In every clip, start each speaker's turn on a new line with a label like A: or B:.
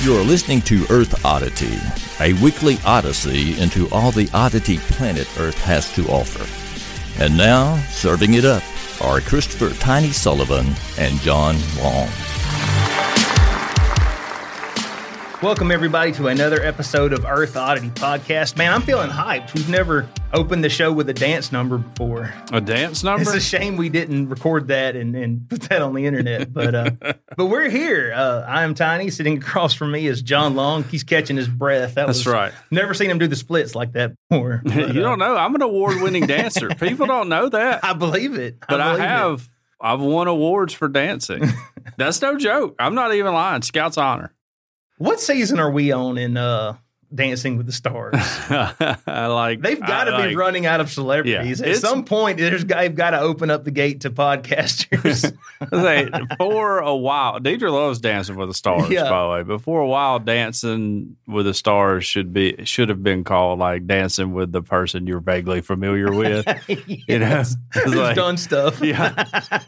A: You're listening to Earth Oddity, a weekly odyssey into all the oddity planet Earth has to offer. And now, serving it up are Christopher Tiny Sullivan and John Long.
B: Welcome everybody to another episode of Earth Oddity Podcast. Man, I'm feeling hyped. We've never opened the show with a dance number before.
C: A dance number?
B: It's a shame we didn't record that and, and put that on the internet, but uh, but we're here. Uh, I am Tiny. Sitting across from me is John Long. He's catching his breath. That was,
C: That's right.
B: Never seen him do the splits like that before. but,
C: you
B: uh,
C: don't know. I'm an award winning dancer. People don't know that.
B: I believe it.
C: But I,
B: believe it.
C: have I've won awards for dancing. That's no joke. I'm not even lying. Scout's honor.
B: What season are we on in uh, Dancing with the Stars?
C: like
B: They've got to
C: I-
B: be
C: like,
B: running out of celebrities at
C: it's-
B: some point. There's they've got to open up the gate to podcasters.
C: they, for a while. Deidre loves dancing with the stars,
B: Yeah.
C: by the way. But for a while, dancing with the stars should be should have been called like dancing with the person you're vaguely familiar with. You know?
B: Yes.
C: It's
B: who's
C: like-
B: done stuff?
C: Yeah.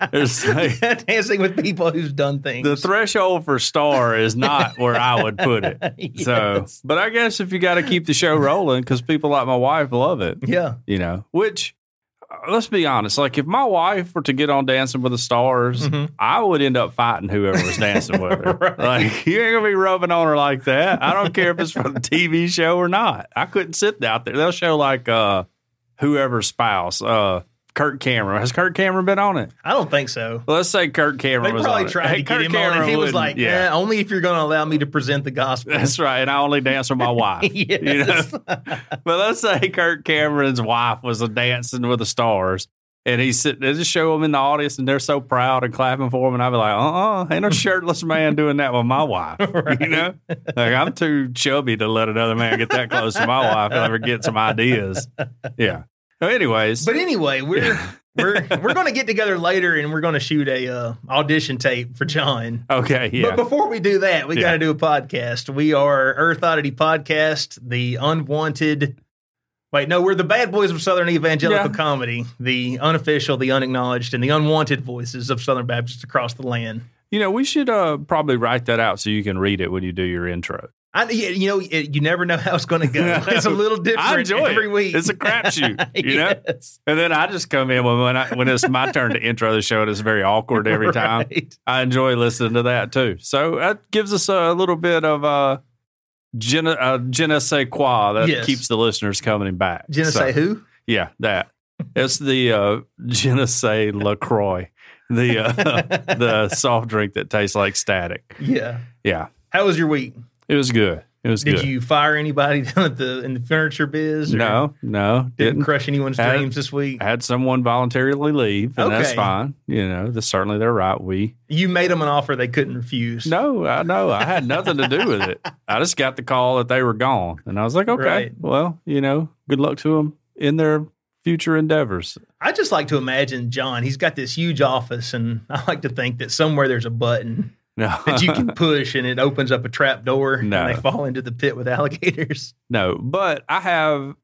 C: It's like-
B: Yeah, dancing with people who's done things.
C: the threshold for star is not where I would put it. So,
B: Yes.
C: but I guess if you got to keep the show rolling because people like my wife love it,
B: yeah,
C: you know, which uh, let's be honest, like if my wife were to get on Dancing with the Stars,
B: Mhm.
C: I would end up fighting whoever was dancing with her.
B: Right.
C: Like, you ain't going to be rubbing on her like that. I don't care if it's for the TV show or not. I couldn't sit out there. They'll show like uh whoever's spouse, uh, Kurt Cameron. Has Kurt Cameron been on it?
B: I don't think so.
C: Let's say Kurt Cameron
B: They
C: was on
B: probably
C: it.
B: tried
C: Hey,
B: to
C: Kurt
B: get him on,
C: Cameron
B: and he was
C: wouldn't-
B: like, "Eh." "Yeah, only if you're going to allow me to present the gospel."
C: That's right. And I only dance with my wife. You know?
B: Yes.
C: But let's say Kirk Cameron's wife was a dancing with the stars. And he's sitting, they just show him in the audience and they're so proud and clapping for him. And I'd be like, uh uh ain't no shirtless man doing that with my wife. You know, like I'm too chubby to let another man get that close to my wife and ever get some ideas. Yeah. So, anyways,
B: But anyway, we're we're we're going to get together later, and we're going to shoot a uh, audition tape for John.
C: okay. Yeah.
B: But before we do that, we
C: Yeah.
B: got to do a podcast. We are Earth Oddity Podcast, the unwanted. Wait, no, we're the bad boys of Southern Evangelical
C: Yeah.
B: Comedy, the unofficial, the unacknowledged, and the unwanted voices of Southern Baptists across the land.
C: you know, we should uh, probably write that out so you can read it when you do your intro.
B: I, y- you know, y- you never know how it's going to go. It's a little different
C: I enjoy
B: every
C: it.
B: week.
C: It's a crapshoot, you know?
B: Yes.
C: And then I just come in when when, I, when it's my turn to intro the show, and it's very awkward every time.
B: Right.
C: I enjoy listening to that too. So that gives us a little bit of a je, uh, je ne sais quoi that
B: Yes.
C: keeps the listeners coming back.
B: Jenna
C: So,
B: say who?
C: Yeah, that. It's the uh, je ne sais LaCroix, the, uh, the soft drink that tastes like static.
B: Yeah.
C: Yeah,
B: How was your week?
C: it was good. It was
B: Did
C: good.
B: you fire anybody down at the in the furniture biz? or
C: no, no,
B: Didn't
C: didn't.
B: crush anyone's
C: Had-
B: dreams this week.
C: had someone voluntarily leave, and that's
B: Okay.
C: fine. You know, that's certainly their right. We
B: You made them an offer they couldn't refuse.
C: No, I know. I had nothing to do with it. I just got the call that they were gone. And I was like, okay,
B: Right.
C: well, you know, good luck to them in their future endeavors.
B: I just like to imagine John. He's got this huge office, and I like to think that somewhere there's a button
C: No,
B: that you can push, and it opens up a trap door,
C: No.
B: and they fall into the pit with alligators.
C: no, but I have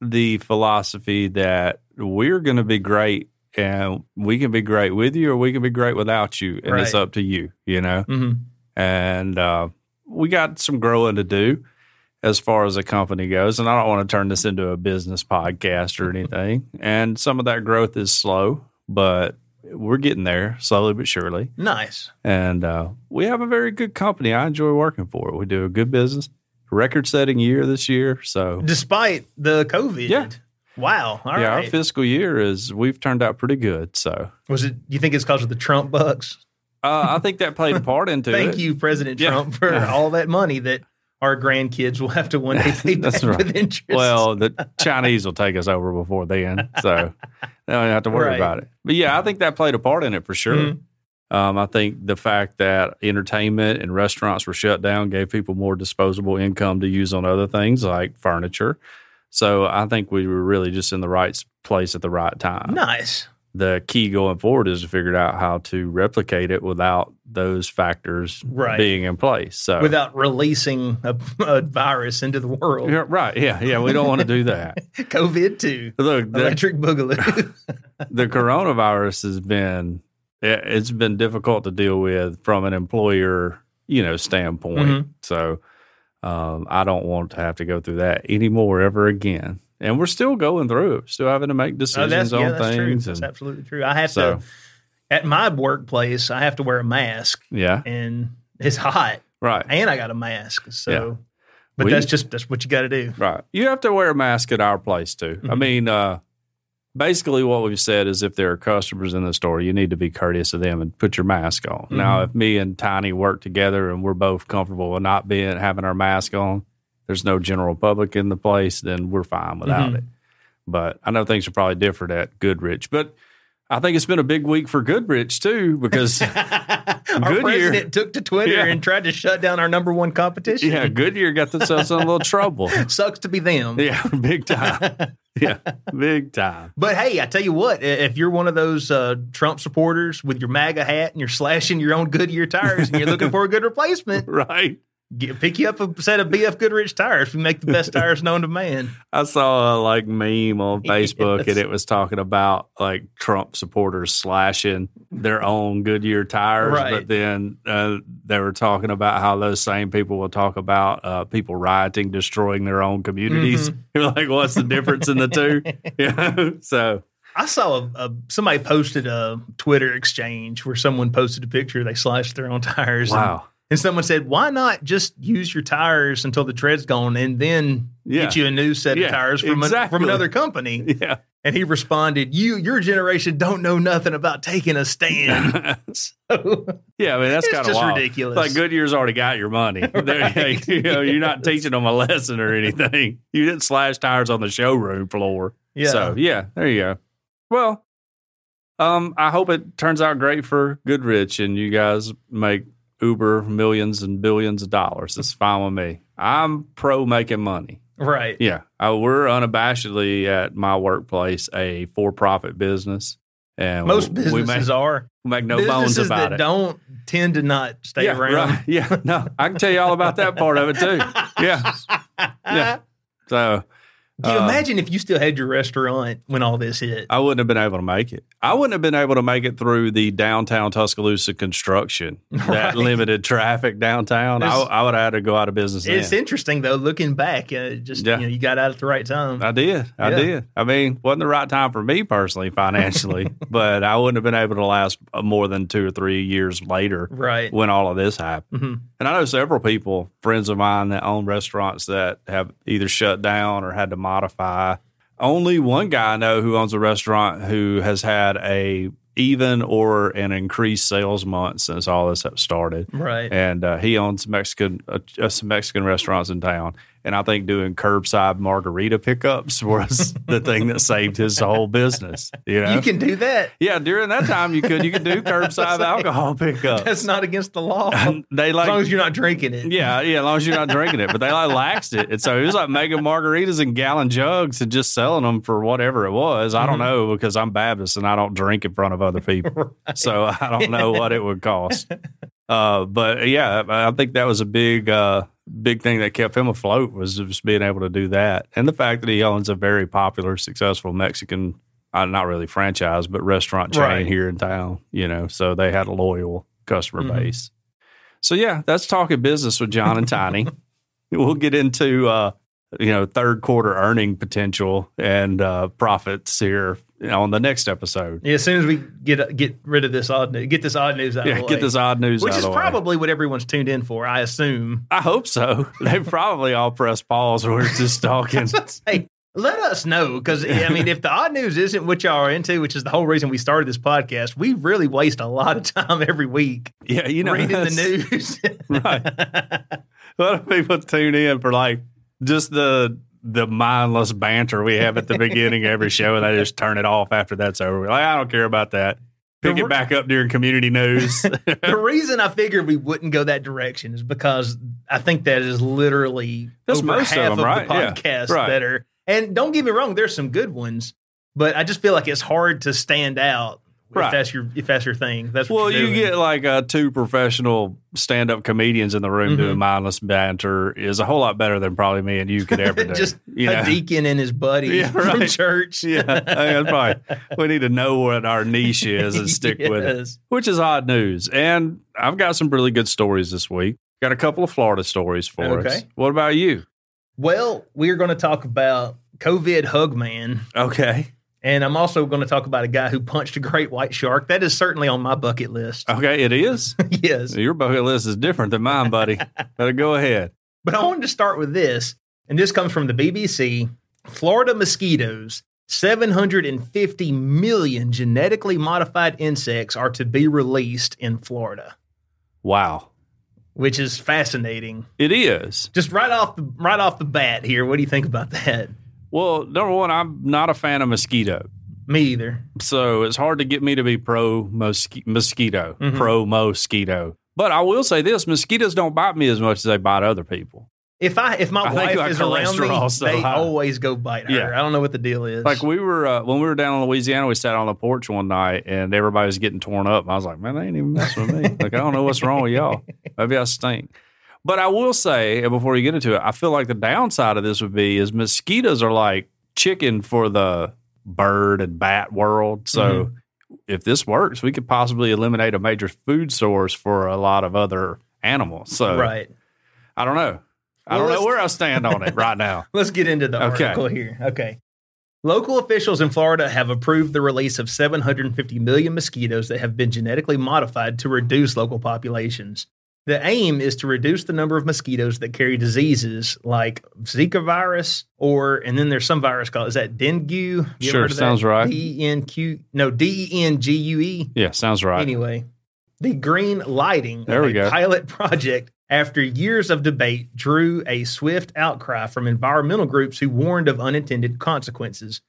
C: the philosophy that we're going to be great and we can be great with you or we can be great without you. And it's
B: Right.
C: up to you, you know?
B: Mm-hmm.
C: and uh, we got some growing to do as far as the company goes. And I don't want to turn this into a business podcast or anything. and some of that growth is slow, but we're getting there slowly but surely.
B: Nice.
C: And uh, we have a very good company. I enjoy working for it. We do a good business, record setting year this year. So,
B: Despite the COVID.
C: Yeah.
B: Wow. All right.
C: yeah, our fiscal year is we've turned out pretty good. So,
B: Was it? You think it's because of the Trump bucks?
C: uh, I think that played a part into it.
B: Thank you, President
C: Yeah.
B: Trump, for all that money that our grandkids will have to one day pay
C: That's
B: back
C: right.
B: with interest.
C: Well, the Chinese will take us over before then, so they don't have to worry
B: Right.
C: about it. But yeah, I think that played a part in it for sure.
B: Mhm.
C: Um, I think the fact that entertainment and restaurants were shut down gave people more disposable income to use on other things like furniture. So I think we were really just in the right s- place at the right time.
B: nice.
C: The key going forward is to figure out how to replicate it without those factors
B: Right.
C: being in place. So
B: Without releasing a, a virus into the world,
C: Yeah, right, yeah, yeah, we don't want to do that.
B: COVID too.
C: Look, the,
B: Electric boogaloo.
C: the coronavirus has been it- it's been difficult to deal with from an employer you know standpoint
B: Mhm.
C: so um, i don't want to have to go through that anymore ever again and we're still going through it still having to make
B: Oh, that's,
C: decisions
B: yeah,
C: on
B: that's true.
C: things
B: That's
C: and,
B: absolutely true. I have
C: so
B: to at my workplace. I have to wear a mask,
C: yeah
B: and it's hot,
C: right
B: and I got a mask. So,
C: Yeah.
B: but
C: We-
B: that's just that's what you got to do.
C: right you have to wear a mask at our place too i
B: Mhm.
C: mean uh Basically, what we've said is if there are customers in the store, you need to be courteous to them and put your mask on. Now, if me and Tiny work together and we're both comfortable with not being having our mask on, there's no general public in the place, then we're fine without
B: Mhm.
C: it. But I know things are probably different at Goodrich, but I think it's been a big week for Goodrich too because
B: our
C: Goodyear-
B: president took to Twitter
C: Yeah.
B: and tried to shut down our number one competition.
C: yeah, Goodyear got themselves in a little trouble.
B: Sucks to be them.
C: Yeah, big time. Yeah, big time.
B: But hey, I tell you what, i- if you're one of those uh, Trump supporters with your MAGA hat and you're slashing your own Goodyear tires and you're looking for a good replacement,
C: Right.
B: get, pick you up a set of BF Goodrich tires. We make the best tires known to man.
C: I saw a like meme on Facebook
B: Yes.
C: and it was talking about like Trump supporters slashing their own Goodyear tires,
B: Right.
C: but then uh, they were talking about how those same people will talk about uh, people rioting, destroying their own communities.
B: Mm-hmm.
C: You're like, what's the difference in the two? Yeah, so
B: I saw a, a somebody posted a Twitter exchange where someone posted a picture they slashed their own tires. and-
C: wow,
B: And, someone said, "Why not just use your tires until the tread's gone and then
C: Yeah.
B: get you a new set
C: Yeah,
B: of tires from an-
C: exactly.
B: from another company?"
C: yeah,
B: And he responded, "You your generation don't know nothing about taking a stand."
C: yeah. I mean, that's
B: It's
C: kind of
B: just
C: wild.
B: ridiculous.
C: Like Goodyear's already got your money. They're-
B: Right.
C: you know, you're not
B: Yes.
C: teaching them a lesson or anything. You didn't slash tires on the showroom floor.
B: yeah.
C: So yeah, there you go. Well, um, I hope it turns out great for Goodrich and you guys make Uber millions and billions of dollars. That's fine with me. I'm pro making money.
B: Right.
C: Yeah, I, we're unabashedly at my workplace a for-profit business, and
B: Most
C: we- we
B: businesses
C: make,
B: are
C: we make no bones
B: businesses
C: about
B: that
C: it.
B: don't tend to not stay
C: yeah,
B: around.
C: right. Yeah, no, I can tell you all about that part of it too. Yeah, yeah. So
B: Do you
C: uh,
B: imagine if you still had your restaurant when all this hit?
C: I wouldn't have been able to make it. I wouldn't have been able to make it through the downtown Tuscaloosa construction that
B: Right.
C: limited traffic downtown. I,
B: There's-
C: I would have had to go out of business.
B: It's
C: then.
B: interesting though, looking back, uh, just
C: Yeah.
B: you know, you got out at the right time.
C: I did. I
B: Yeah.
C: did. I mean, wasn't the right time for me personally, financially, but I wouldn't have been able to last uh, more than two or three years later
B: right.
C: when all of this happened.
B: hmm
C: And I know several people, friends of mine, that own restaurants that have either shut down or had to modify. Only one guy I know who owns a restaurant who has had a even or an increased sales month since all this have started.
B: Right.
C: And uh, he owns Mexican uh, uh, some Mexican restaurants in town, and I think doing curbside margarita pickups was the thing that saved his whole business. You know,
B: You can do that.
C: yeah. During that time, you could you could do curbside alcohol pickup.
B: That's not against the law. as
C: They like
B: long as you're not drinking it.
C: yeah, yeah, as long as you're not drinking it. But they like laxed it. And so it was like making margaritas in gallon jugs and just selling them for whatever it was. I don't know because I'm Baptist and I don't drink in front of other people. So I don't know what it would cost. Uh, but yeah, I I think that was a big, uh, big thing that kept him afloat was just being able to do that. And the fact that he owns a very popular, successful Mexican, uh, not really franchise, but restaurant chain
B: Right.
C: here in town, you know, so they had a loyal customer
B: Mhm.
C: base. So yeah, that's talking business with John and Tiny. we'll get into uh, you know third quarter earning potential and uh, profits here on the next episode.
B: Yeah, as soon as we get uh, get rid of this odd news, get this odd news out
C: Yeah,
B: of the
C: get
B: way.
C: this odd
B: Oh,
C: news
B: which
C: out
B: is
C: of the way.
B: probably what everyone's tuned in for, I assume.
C: I hope so. They probably all press pause. and We're just talking.
B: Hey, let us know because I mean, if the odd news isn't what y'all are into, which is the whole reason we started this podcast, we really waste a lot of time every week
C: Yeah, you know,
B: reading the
C: that's-
B: news.
C: Right. lot of people tune in for like just the the mindless banter we have at the beginning of every show, and they just turn it off after that's over. Like I don't care about that. Pick
B: The
C: it
B: re-
C: back up during community news.
B: the reason I figured we wouldn't go that direction is because I think that is literally
C: That's
B: over
C: most of
B: half
C: them, right?
B: the
C: Yeah,
B: podcasts
C: right.
B: that are. And don't get me wrong, there's some good ones, but I just feel like it's hard to stand out
C: Right.
B: if that's your if that's your thing. That's what
C: well,
B: you're
C: you
B: doing.
C: get like uh, two professional stand up comedians in the room
B: Mhm.
C: doing mindless banter is a whole lot better than probably me and you could ever do.
B: Just
C: you
B: a deacon and his buddy
C: Yeah,
B: from
C: right.
B: church.
C: yeah, that's probably. We need to know what our niche is and stick with it.
B: Yes.
C: which is odd news. And I've got some really good stories this week. Got a couple of Florida stories for us.
B: Okay.
C: What about you?
B: Well, we're going to talk about COVID hug man.
C: Okay.
B: And I'm also going to talk about a guy who punched a great white shark. That is certainly on my bucket list.
C: Okay, it is.
B: yes.
C: Your bucket list is different than mine, buddy. but go ahead.
B: But I wanted to start with this, and this comes from the BBC. Florida mosquitoes, 750 million genetically modified insects are to be released in Florida,
C: Wow.
B: which is fascinating.
C: It is.
B: Just right off the right off the bat here, what do you think about that?
C: Well, number one, I'm not a fan of mosquito.
B: Me either.
C: So it's hard to get me to be pro mosqui- mosquito,
B: Mhm.
C: pro mosquito. But I will say this mosquitoes don't bite me as much as they bite other people.
B: If I if my
C: I think my
B: wife is around me,
C: cholesterol's so
B: they
C: high.
B: always go bite her.
C: Yeah.
B: I don't know what the deal is.
C: Like we were uh, when we were down in Louisiana, we sat on the porch one night and everybody was getting torn up. And I was like, man, they ain't even messing with me. Like I don't know what's wrong with y'all. Maybe I stink. But I will say, and before you get into it, I feel like the downside of this would be is mosquitoes are like chicken for the bird and bat world. So
B: Mm-hmm.
C: if this works, we could possibly eliminate a major food source for a lot of other animals. So
B: right.
C: I don't know.
B: Well,
C: I don't know
B: let's-
C: where I stand on it right now.
B: Let's get into the
C: Okay.
B: article here. Okay. Local officials in Florida have approved the release of 750 million mosquitoes that have been genetically modified to reduce local populations. The aim is to reduce the number of mosquitoes that carry diseases like Zika virus, or, and then there's some virus called, is that dengue? You ever
C: Sure,
B: heard of that?
C: sounds right.
B: D E N Q, no, D E N G U E.
C: Yeah, sounds right.
B: Anyway, the green lighting
C: There
B: of
C: we
B: a
C: go.
B: pilot project after years of debate drew a swift outcry from environmental groups who warned of unintended consequences.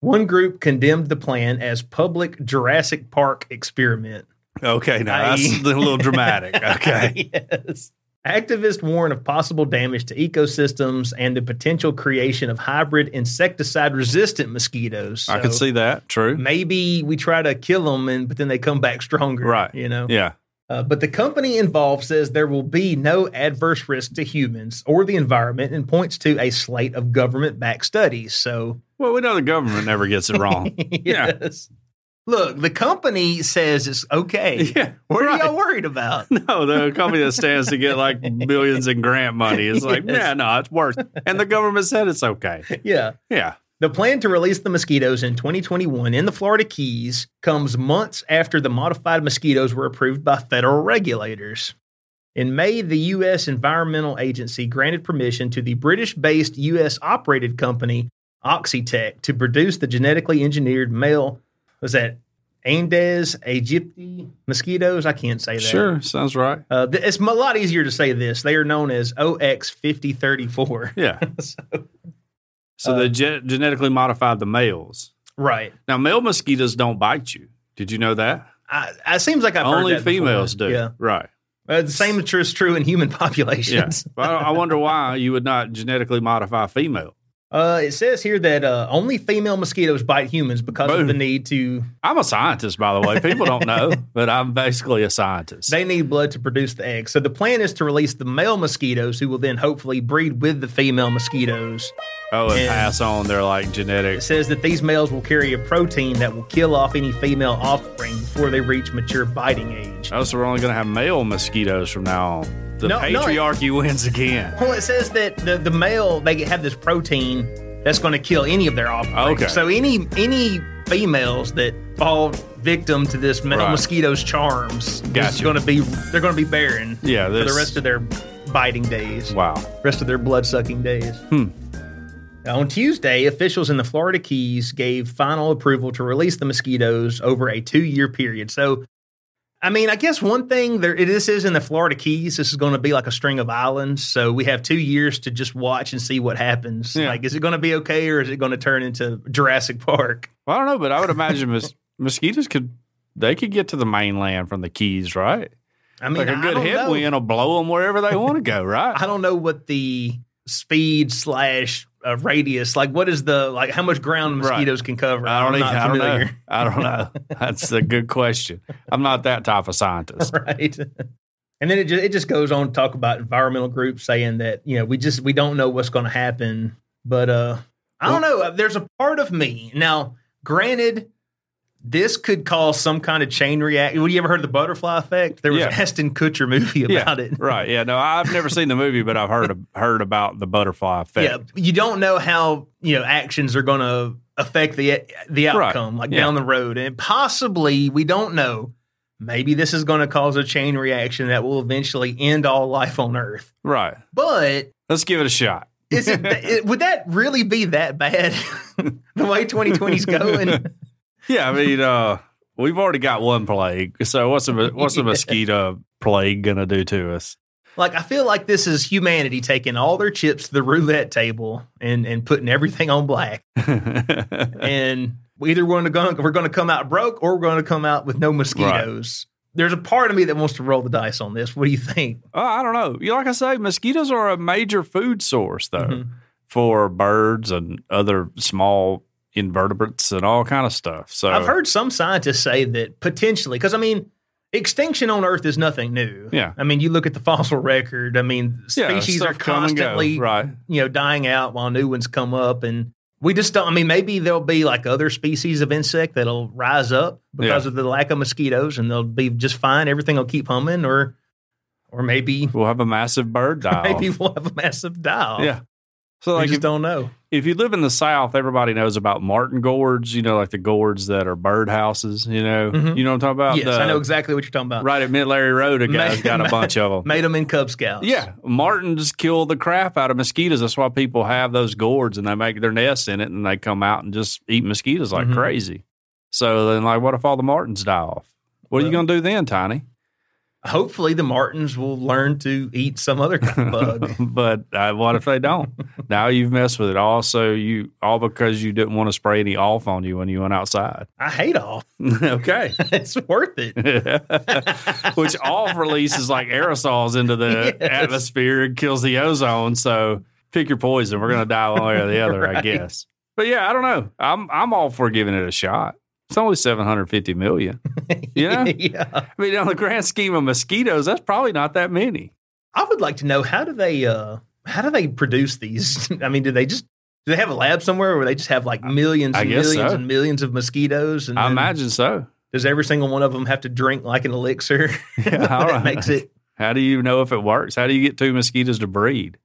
B: One group condemned the plan as public Jurassic Park experiment.
C: Okay, now
B: I-
C: that's a little dramatic. Okay.
B: yes. Activists warn of possible damage to ecosystems and the potential creation of hybrid insecticide resistant mosquitoes.
C: I could
B: So
C: see that. True.
B: maybe we try to kill them and but then they come back stronger.
C: Right.
B: You know?
C: Yeah.
B: Uh, but the company involved says there will be no adverse risk to humans or the environment and points to a slate of government backed studies. So,
C: Well, we know the government never gets it wrong. Yeah.
B: yes. Look, the company says it's okay.
C: yeah.
B: What
C: right.
B: are y'all worried about?
C: No, the company that stands to get like billions in grant money is like,
B: Yes.
C: yeah, no, it's worth. And the government said it's okay.
B: yeah.
C: Yeah.
B: The plan to release the mosquitoes in 2021 in the Florida Keys comes months after the modified mosquitoes were approved by federal regulators. In May, the U.S. Environmental Agency granted permission to the British based U.S. operated company Oxitec to produce the genetically engineered male, was that Andes aegypti mosquitoes? I can't say that.
C: Sure. Sounds right.
B: Uh, th- it's a lot easier to say this. They are known as OX5034.
C: Yeah.
B: So- uh,
C: So they ge- genetically modified the males.
B: right.
C: Now, male mosquitoes don't bite you. Did you know that?
B: I, it seems like I've heard
C: Only
B: that before.
C: females do.
B: Yeah,
C: Right.
B: Uh, the same is true- is true in human
C: Yeah.
B: populations.
C: well, I wonder why you would not genetically modify female.
B: Uh, it says here that uh, only female mosquitoes bite humans because
C: Boom.
B: of the need to.
C: I'm a scientist, by the way. People don't know, but I'm basically a scientist.
B: They need blood to produce the eggs. So the plan is to release the male mosquitoes, who will then hopefully breed with the female mosquitoes.
C: oh, and
B: Yeah.
C: pass on their like
B: It
C: genetics.
B: says that these males will carry a protein that will kill off any female offspring before they reach mature biting age.
C: Oh, so we're only going to have male mosquitoes from now on. The
B: No, no, it-
C: patriarchy wins again.
B: Well, it says that the, the male they have this protein that's going to kill any of their offspring.
C: Okay.
B: So any any females that fall victim to this male
C: Right.
B: mosquito's charms is
C: Gotcha.
B: going to be they're going to be barren.
C: Yeah,
B: For
C: this-
B: the rest of their biting days,
C: Wow.
B: rest of their blood sucking days.
C: Hmm.
B: On Tuesday, officials in the Florida Keys gave final approval to release the mosquitoes over a two year period. So I mean, I guess one thing there this is in the Florida Keys. This is going to be like a string of islands, so we have two years to just watch and see what happens.
C: Yeah.
B: Like, is it going to be okay, or is it going to turn into Jurassic Park?
C: Well, I don't know, but I would imagine mos- mosquitoes could they could get to the mainland from the Keys, right?
B: I mean,
C: like a
B: I
C: good
B: don't know.
C: headwind will blow them wherever they want to go, right?
B: I don't know what the speed slash uh, radius. Like, what is the like? How much ground
C: Right.
B: mosquitoes can cover?
C: I don't,
B: I'm
C: even,
B: not
C: I don't know.
B: familiar.
C: I don't know. That's a good question. I'm not that type of scientist.
B: right? And then it just it just goes on to talk about environmental groups saying that you know we just we don't know what's going to happen, but uh, I don't know. There's a part of me now. Granted, this could cause some kind of chain reaction. Have you ever heard of the butterfly effect? There was
C: Yeah.
B: an Aston Kutcher movie
C: Yeah,
B: about it.
C: Right. Yeah. No, I've never seen the movie, but I've heard heard about the butterfly effect.
B: Yeah, you don't know how you know actions are going to affect the the
C: Right.
B: outcome, like
C: Yeah.
B: down the road, and possibly we don't know. Maybe this is going to cause a chain reaction that will eventually end all life on Earth.
C: Right.
B: But
C: Let's give it a shot.
B: is it, it would that really be that bad? the way 2020's going,
C: Yeah. I mean, uh, we've already got one plague. So what's a what's a mosquito plague gonna do to us?
B: like I feel like this is humanity taking all their chips to the roulette table and and putting everything on black.
C: right.
B: and we either we're going to we're going to come out broke or we're going to come out with no mosquitoes. There's a part of me that wants to roll the dice on this. What do you think?
C: Oh, I don't know. You like I say, mosquitoes are a major food source though
B: Mhm.
C: for birds and other small invertebrates and all kind of stuff. So
B: I've heard some scientists say that potentially, because I mean, extinction on Earth is nothing new.
C: Yeah.
B: I mean, you look at the fossil record. I mean,
C: yeah,
B: species are
C: stuff come and go.
B: constantly
C: right.
B: you know dying out while new ones come up and we just don't i mean maybe there'll be like other species of insect that'll rise up because of the lack of mosquitoes and they'll be just fine everything will keep humming or or maybe
C: We'll have a massive bird die.
B: maybe we'll have a massive dial
C: Yeah. So
B: we
C: like
B: just
C: if,
B: don't know
C: if you live in the South, everybody knows about Martin Gourds, you know, like the gourds that are birdhouses, you know.
B: Mhm.
C: You know what I'm talking about?
B: yes
C: The-
B: i know exactly what you're talking about
C: Right at Mid Larry Road, a
B: Ma-
C: guy's got a
B: ma-
C: bunch of them.
B: made them in cub scouts
C: Yeah, martins kill the crap out of mosquitoes. That's why people have those gourds and they make their nests in it, and they come out and just eat mosquitoes like
B: Mhm.
C: crazy. So then, like, what if all the martins die off? What are you
B: Well-
C: going to do then, Tiny?
B: hopefully the martins will learn to eat some other kind of bug
C: but uh, what if they don't? now you've messed with it. Also, you all because you didn't want to spray any off on you when you went outside.
B: i hate all
C: okay.
B: it's worth it
C: Which off releases like aerosols into the
B: Yes.
C: atmosphere and kills the ozone. So pick your poison. We're gonna die one way or the other, I
B: Right.
C: guess. But yeah, I don't know. I'm I'm all for giving it a shot. It's only 750 million. You know?
B: yeah
C: I mean, on the grand scheme of mosquitoes, that's probably not that many.
B: I would like to know how do they uh how do they produce these? I mean, do they just do they have a lab somewhere where they just have like millions
C: I
B: and
C: guess
B: millions
C: so.
B: and millions of mosquitoes? And
C: I
B: then
C: imagine so.
B: does every single one of them have to drink like an elixir
C: Yeah, I don't
B: that
C: know.
B: makes it?
C: How do you know if it works? How do you get two mosquitoes to breed?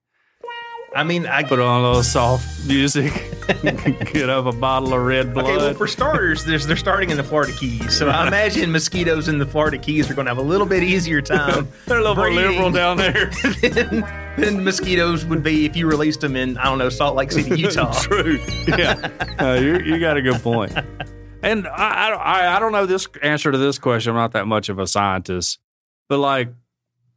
B: I mean, I
C: Put on a little soft music, get up a bottle of red blood.
B: okay. Well, for starters, there's, they're starting in the Florida Keys, so I imagine mosquitoes in the Florida Keys are going to have a little bit easier time
C: They're a little more
B: breeding.
C: liberal down there.
B: than, than mosquitoes would be if you released them in I don't know Salt Lake City, Utah.
C: True. Yeah. Uh, you you got a good point. And I, I don't- I I don't know this answer to this question. I'm not that much of a scientist, but like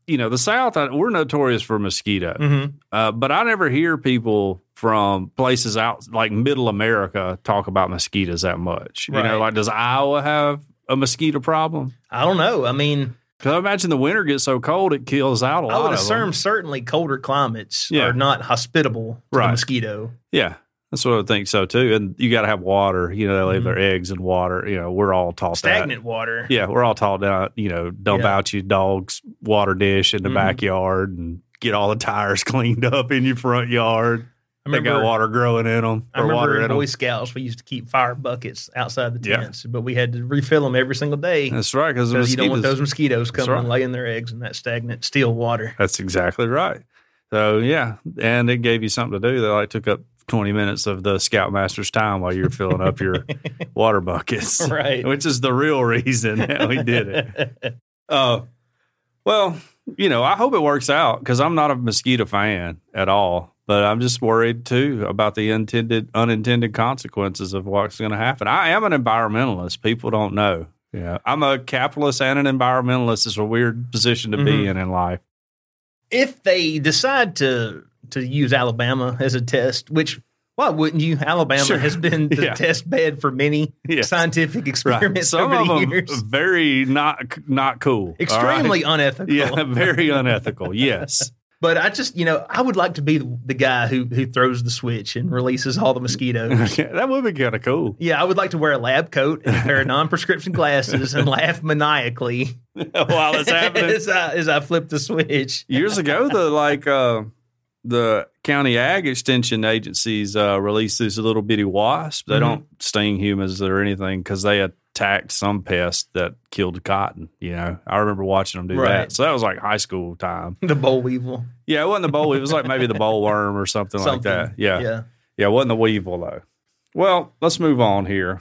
C: you know, the South I, we're notorious for mosquito.
B: hmm
C: Uh, but I never hear people from places out like Middle America talk about mosquitoes that much. You
B: Right.
C: know, like does Iowa have a mosquito problem?
B: I don't know. I mean.
C: Because I imagine the winter gets so cold it kills out a lot
B: I would
C: of
B: assume
C: them.
B: certainly colder climates
C: Yeah.
B: are not hospitable to
C: Right.
B: the mosquito.
C: Yeah, that's what I would think so too. And you got to have water. You know, they leave their eggs in water. You know, we're all taught that.
B: Mm-hmm. Stagnant water.
C: Yeah, we're all taught down, you know, dump
B: Yeah.
C: out your dog's water dish in the
B: Mhm.
C: backyard and get all the tires cleaned up in your front yard.
B: I
C: they got
B: remember,
C: water growing in them
B: I
C: or water
B: remember
C: in
B: in
C: 'em.
B: Boy Scouts, we used to keep fire buckets outside the
C: Yeah.
B: tents, but we had to refill them every single day
C: That's right, because
B: because you don't want those mosquitoes
C: That's
B: coming and
C: right.
B: laying their eggs in that stagnant, still water.
C: That's exactly right. So yeah, and it gave you something to do. That like took up twenty minutes of the scoutmaster's time while you're filling up your water buckets,
B: Right.
C: Which is the real reason that we did it. Uh, well, you know, I hope it works out because I'm not a mosquito fan at all. But I'm just worried too about the intended, unintended consequences of what's going to happen. I am an environmentalist. People don't know. Yeah. I'm a capitalist and an environmentalist. It's a weird position to be
B: Mhm.
C: in in life.
B: If they decide to to use Alabama as a test, which why wouldn't you? Alabama
C: Sure.
B: has been the
C: Yeah.
B: test bed for many
C: Yeah.
B: scientific experiments
C: Some
B: over
C: of
B: the
C: them
B: years.
C: very not not cool. all right?
B: Extremely unethical.
C: Yeah, very unethical. Yes.
B: But I just, you know, I would like to be the guy who who throws the switch and releases all the mosquitoes.
C: Okay, that would be kind of cool.
B: yeah, I would like to wear a lab coat and a pair of non-prescription glasses and laugh maniacally
C: While it's happening.
B: as, I, as I flip the switch.
C: Years ago, the like uh, the county ag extension agencies uh, released these little bitty wasps. They
B: Mhm.
C: don't sting humans or anything because they attacked some pest that killed cotton. You know, I remember watching them do
B: Right.
C: that. So that was like high school time.
B: The boll weevil.
C: Yeah, it wasn't the boll. It was like maybe the boll worm or something, like
B: Something.
C: that. Yeah.
B: Yeah.
C: Yeah, it wasn't the weevil though. Well, let's move on here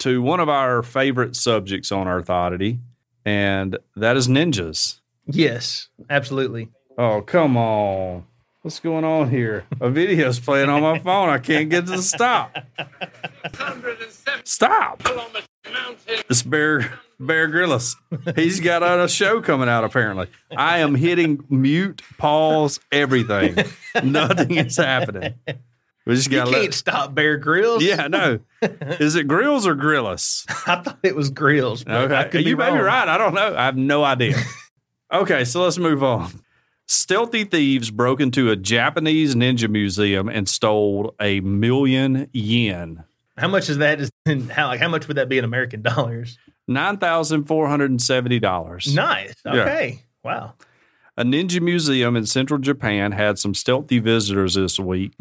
C: to one of our favorite subjects on Earth Oddity, and that is ninjas.
B: Yes, absolutely.
C: Oh, come on. What's going on here? A video's playing on my phone. I can't get to the stop. Stop. It's Bear Bear Grylls. He's got a show coming out apparently. I am hitting mute, pause, everything. Nothing is happening. We just
B: You
C: got
B: can't
C: to
B: stop Bear Grylls.
C: yeah, no. Is it grills or grillus?
B: I thought it was Grills. but I could be
C: you may be
B: wrong.
C: right. I don't know. I have no idea. okay, so let's move on. Stealthy thieves broke into a Japanese ninja museum and stole a million yen,
B: How much is that? Is in, how like how much would that be in American dollars?
C: nine thousand four hundred and seventy dollars.
B: Nice.
C: Yeah.
B: Okay. Wow.
C: A ninja museum in central Japan had some stealthy visitors this week.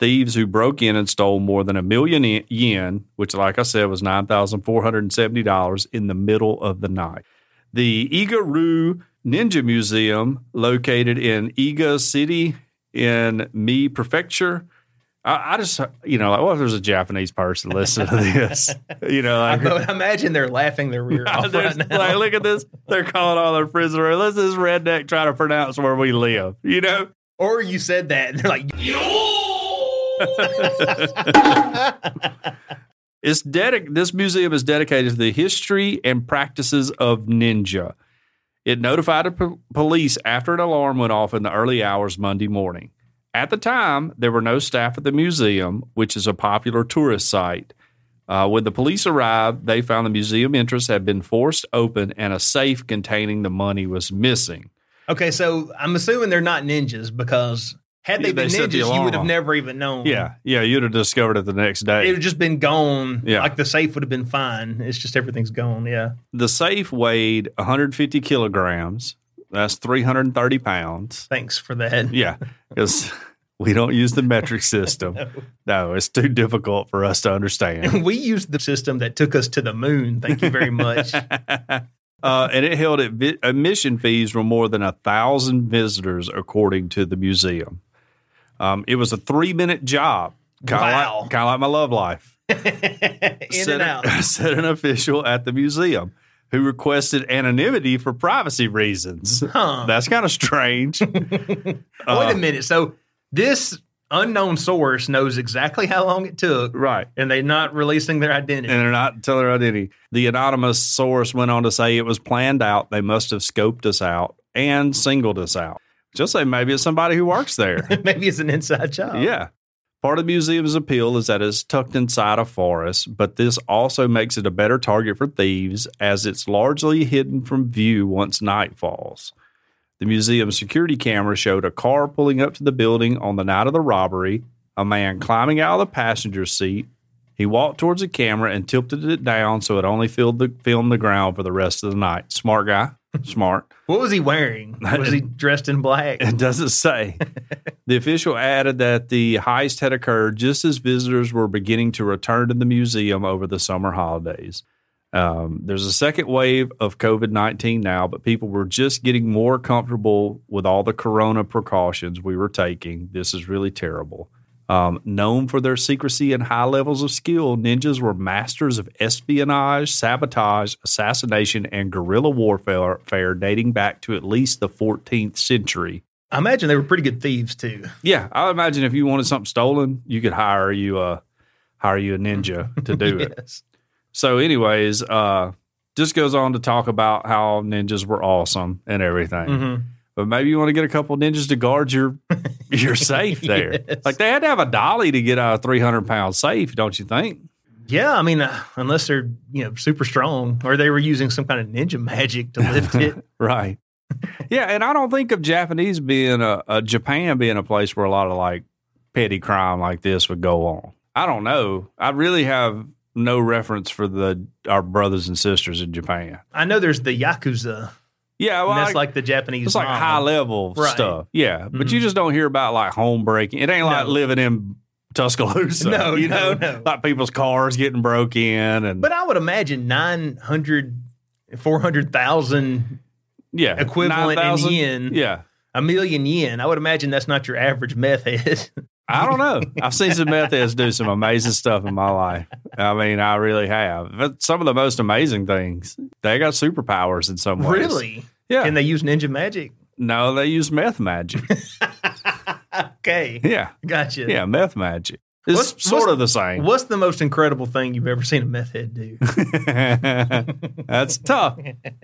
C: Thieves who broke in and stole more than a million yen, which, like I said, was $9,470 in the middle of the night. The Igaru Ninja Museum, located in Iga City in Mi Prefecture. I, I just, you know, like, well, if there's a Japanese person listening to this, you know,
B: I,
C: like,
B: but I imagine they're laughing their rear off
C: There's-
B: right now.
C: Like, look at this. They're calling all their prisoner. Let's this redneck try to pronounce where we live. You know?
B: or you said that and they're like,
C: It's dedic- this museum is dedicated to the history and practices of ninja. It notified the po- police after an alarm went off in the early hours Monday morning. At the time, there were no staff at the museum, which is a popular tourist site. Uh, when the police arrived, they found the museum entrance had been forced open and a safe containing the money was missing.
B: okay, so I'm assuming they're not ninjas because had they
C: Yeah, they
B: been
C: set
B: ninjas,
C: the
B: you
C: alarm
B: would have
C: off.
B: never even known.
C: Yeah, yeah, you'd have discovered it the next
B: It would
C: day.
B: have just been gone.
C: Yeah.
B: Like the safe would have been fine. It's just everything's gone. Yeah.
C: The safe weighed 150 kilograms. That's 330 pounds.
B: Thanks for that.
C: Yeah, because we don't use the metric system. No, it's too difficult for us to understand.
B: we used the system that took us to the moon. Thank you very much.
C: Uh, and it held at vi- admission fees were more than a thousand visitors, according to the museum. Um, it was a three minute job. Kind of
B: Wow.
C: like, kind of like my love life.
B: In
C: said,
B: and out.
C: said an official at the museum who requested anonymity for privacy reasons.
B: Huh.
C: That's kind of strange.
B: Wait
C: Uh,
B: a minute. So this unknown source knows exactly how long it took,
C: right.
B: and they're not releasing their identity.
C: And they're not telling her identity. The anonymous source went on to say it was planned out. They must have scoped us out and singled us out. Just say maybe it's somebody who works there.
B: Maybe it's an inside job.
C: Yeah. Part of the museum's appeal is that it's tucked inside a forest, but this also makes it a better target for thieves as it's largely hidden from view once night falls. The museum's security camera showed a car pulling up to the building on the night of the robbery, a man climbing out of the passenger seat. He walked towards the camera and tilted it down so it only filled the, filmed the ground for the rest of the night. Smart guy. Smart.
B: What was he wearing? Was he dressed in black?
C: It doesn't say. the official added that the heist had occurred just as visitors were beginning to return to the museum over the summer holidays. Um, there's a second wave of COVID 19 now, but people were just getting more comfortable with all the corona precautions we were taking. This is really terrible. Um, known for their secrecy and high levels of skill, ninjas were masters of espionage, sabotage, assassination, and guerrilla warfare fare dating back to at least the 14th century.
B: I imagine they were pretty good thieves too.
C: Yeah, I would imagine if you wanted something stolen, you could hire you a hire you a ninja to do it.
B: yes.
C: So, anyways, uh, just goes on to talk about how ninjas were awesome and everything.
B: Mhm.
C: But maybe you want to get a couple ninjas to guard your your safe there.
B: Yes.
C: Like they had to have a dolly to get out a three hundred pound safe, don't you think?
B: Yeah, I mean, uh, unless they're you know super strong, or they were using some kind of ninja magic to lift it.
C: Right. yeah, and I don't think of Japanese being a, a Japan being a place where a lot of like petty crime like this would go on. I don't know. I really have no reference for the our brothers and sisters in Japan.
B: I know there's the yakuza,
C: Yeah, well,
B: and that's
C: Oh, I-
B: like the Japanese.
C: it's like
B: mob.
C: high level
B: Right.
C: stuff. Yeah, but
B: Mhm.
C: you just don't hear about like home breaking. It ain't like
B: No.
C: living in Tuscaloosa.
B: No,
C: you
B: no,
C: know,
B: no.
C: like people's cars getting broke in and
B: But I would imagine 900, 400,000
C: yeah,
B: equivalent in
C: 9,000?
B: yen,
C: Yeah,
B: a million yen. I would imagine that's not your average meth head.
C: I don't know. I've seen some meth heads do some amazing stuff in my life. I mean, I really have. But some of the most amazing things. They got superpowers in some ways.
B: really?
C: Yeah.
B: And they use ninja magic?
C: no, they use meth magic.
B: Okay.
C: yeah.
B: Gotcha.
C: Yeah, meth magic. It's
B: What's-
C: sort
B: what's-
C: of the same.
B: What's the most incredible thing you've ever seen a meth head do?
C: That's tough.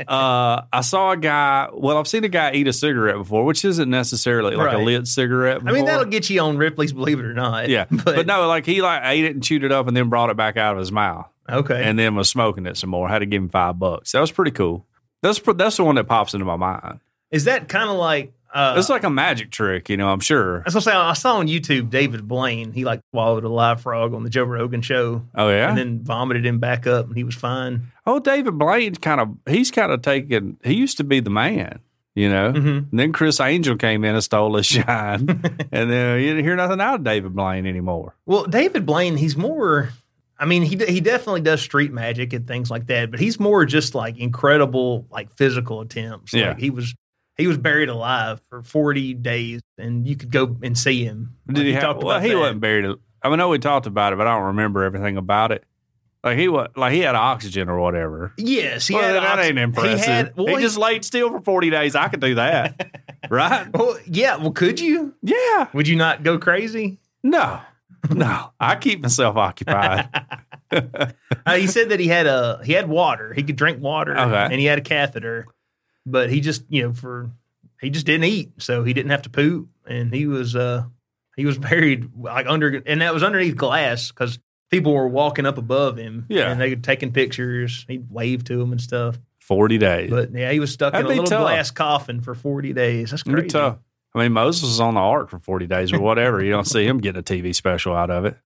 C: Uh, I saw a guy. Well, I've seen a guy eat a cigarette before, which isn't necessarily like a
B: Right.
C: lit cigarette.
B: I mean,
C: before.
B: that'll get you on Ripley's Believe It or Not.
C: yeah,
B: But,
C: but no, like he like ate it and chewed it up and then brought it back out of his mouth.
B: Okay.
C: and then was smoking it some more. had to give him five bucks. That was pretty cool. That's pr- that's the one that pops into my mind.
B: Is that kind of like. Uh,
C: it's like a magic trick, you know. I'm sure.
B: I was gonna say I saw on YouTube David Blaine. He like swallowed a live frog on the Joe Rogan show,
C: Oh yeah.
B: and then vomited him back up, and he was fine.
C: oh, David Blaine's kind of he's kind of taken. He used to be the man, you know.
B: hmm
C: And then Chris Angel came in and stole his shine, and then you didn't hear nothing out of David Blaine anymore.
B: Well, David Blaine, he's more. I mean, he he definitely does street magic and things like that, but he's more just like incredible like physical attempts. Like,
C: Yeah.
B: he was he was buried alive for forty days, and you could go and see him.
C: Did
B: Like,
C: he
B: we
C: have?
B: talked
C: Well,
B: about
C: he
B: that.
C: wasn't buried. al- I mean, I know we talked about it, but I don't remember everything about it. Like he was, like he had oxygen or whatever.
B: Yes, he
C: well,
B: had
C: that
B: ox-
C: ain't impressive.
B: He,
C: He,
B: had, well, he-
C: just laid still for 40 days. I could do that. right?
B: well, yeah. Well, could you?
C: Yeah.
B: Would you not go crazy?
C: No. No. I keep myself occupied.
B: Uh, he said that he had a he had water. He could drink water,
C: Okay.
B: and he had a catheter, but he just you know for he just didn't eat, so he didn't have to poop, and he was uh he was buried like under and that was underneath glass because people were walking up above him,
C: Yeah.
B: and they were taking pictures. He'd wave to him and stuff,
C: 40 days.
B: but yeah, he was stuck
C: That'd
B: in a
C: be
B: little
C: tough.
B: glass coffin for forty days. That's
C: It'd
B: crazy.
C: be tough. I mean, Moses was on the ark for 40 days or whatever. you don't see him getting a TV special out of it.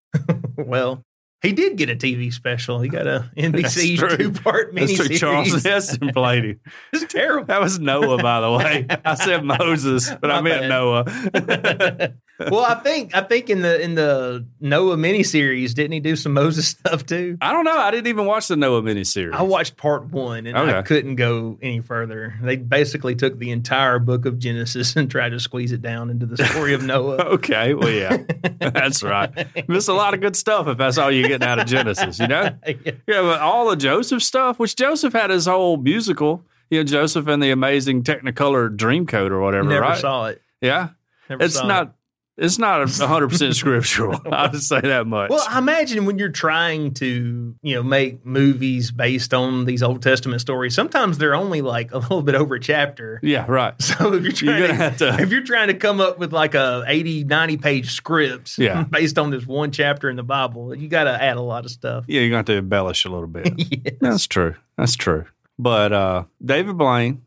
B: Well. He did get a TV special. He got a NBC
C: That's true.
B: two part
C: That's true. Charles
B: miniseries.
C: Neston played him.
B: It's terrible.
C: That was Noah, by the way. I said Moses, but I
B: My
C: meant
B: bad.
C: Noah.
B: well, I think I think in the in the Noah miniseries, didn't he do some Moses stuff too?
C: I don't know. I didn't even watch the Noah miniseries.
B: I watched part one and I
C: Okay.
B: couldn't go any further. They basically took the entire book of Genesis and tried to squeeze it down into the story of Noah.
C: Okay, well, yeah, that's right. Miss a lot of good stuff if that's all you're getting out of Genesis, you know? Yeah, but all the Joseph stuff, which Joseph had his whole musical, you know, Joseph and the Amazing Technicolor Dreamcoat or whatever,
B: Never
C: right?
B: saw it.
C: Yeah,
B: Never
C: it's
B: saw
C: not.
B: It.
C: It's not 100% scriptural. I'll just say that much.
B: Well, I imagine when you're trying to, you know, make movies based on these Old Testament stories, sometimes they're only like a little bit over a chapter.
C: yeah, right.
B: So if you're
C: You're
B: trying
C: going
B: to
C: to have to.
B: if you're trying to come up with like a 80 90 page script
C: Yeah.
B: based on this one chapter in the bible you got to add a lot of stuff
C: Yeah, you're going to have to embellish a little bit.
B: yeah.
C: That's true. That's true. But uh, David Blaine,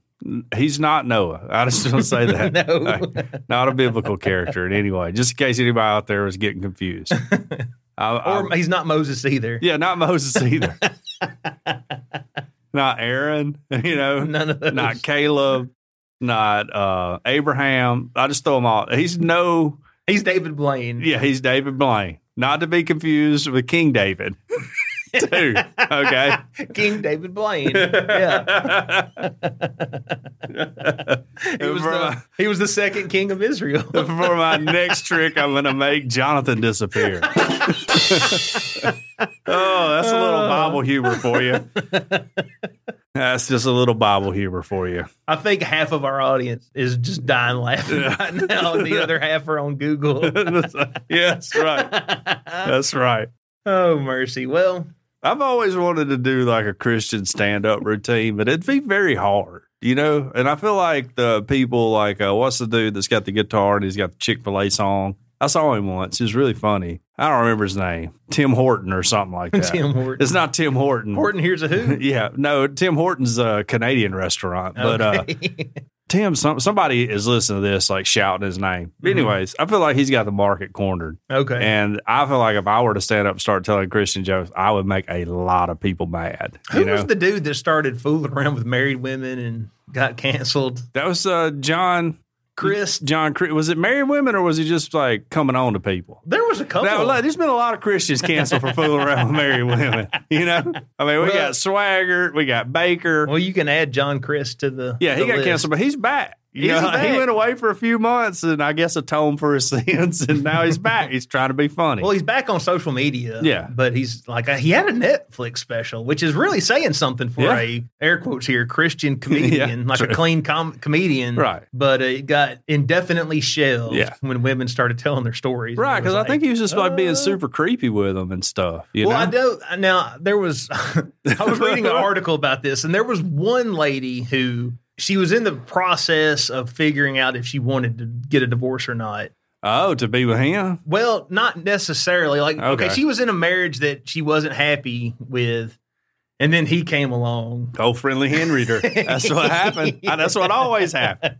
C: he's not Noah. I just don't say that.
B: No.
C: Like, not a biblical character in any way, just in case anybody out there was getting confused. I- I-
B: or he's not moses either
C: yeah, not Moses either. not Aaron, you know,
B: none of those
C: not Caleb, not uh, Abraham. I just throw them all. He's no,
B: he's david blaine
C: yeah, he's David Blaine. Not to be confused with King David, too. Okay.
B: king david blaine yeah he was,
C: uh,
B: the, he was the second king of israel
C: For my next trick, I'm going to make Jonathan disappear. oh, that's a little Bible humor for you. That's just a little Bible humor for you.
B: i think half of our audience is just dying laughing right now and the other half are on google
C: yeah, that's right. That's right.
B: oh mercy well
C: I've always wanted to do like a Christian stand up routine, but it'd be very hard, you know? And I feel like the people, like, uh, what's the dude that's got the guitar and he's got the Chick fil A song? I saw him once. He was really funny. I don't remember his name. Tim Horton or something like that.
B: Tim Horton.
C: It's not Tim Horton.
B: Horton here's a who.
C: Yeah. No, Tim Horton's a Canadian restaurant. But uh,
B: Okay.
C: Tim, some, somebody is listening to this, like shouting his name. But
B: Mhm.
C: Anyways, I feel like he's got the market cornered.
B: okay.
C: And I feel like if I were to stand up and start telling Christian jokes, I would make a lot of people mad.
B: Who
C: you know,
B: was the dude that started fooling around with married women and got canceled?
C: that was uh, John
B: Chris.
C: John. Cre- Was it married women or was he just like coming on to people?
B: There was a couple.
C: Now, like, there's been a lot of Christians canceled for fooling around with married women. You know, I mean, we
B: Well-
C: got Swagger, we got Baker.
B: well, you can add John Chris to the.
C: yeah, he
B: the
C: got
B: list.
C: canceled, but he's back. You
B: He's
C: know,
B: back.
C: he went away for a few months and I guess atoned for his sins, and now he's back. he's trying to be funny.
B: Well, he's back on social media.
C: Yeah.
B: but he's like he had a Netflix special, which is really saying something for
C: Yeah.
B: a air quotes here Christian comedian, like a
C: true.
B: clean com- comedian,
C: Right.
B: But it got indefinitely shelved
C: Yeah.
B: when women started telling their stories,
C: right,
B: It was
C: because I
B: like-
C: think he was just like
B: uh,
C: being super creepy with them and stuff. You
B: well,
C: know?
B: I don't. Now there was, I was reading an article about this, and there was one lady who she was in the process of figuring out if she wanted to get a divorce or not.
C: Oh, to be with him?
B: Well, not necessarily. Like, okay.
C: Okay.
B: she was in a marriage that she wasn't happy with, and then he came along.
C: Old friendly hen reader. That's what happened. I- That's what always happened.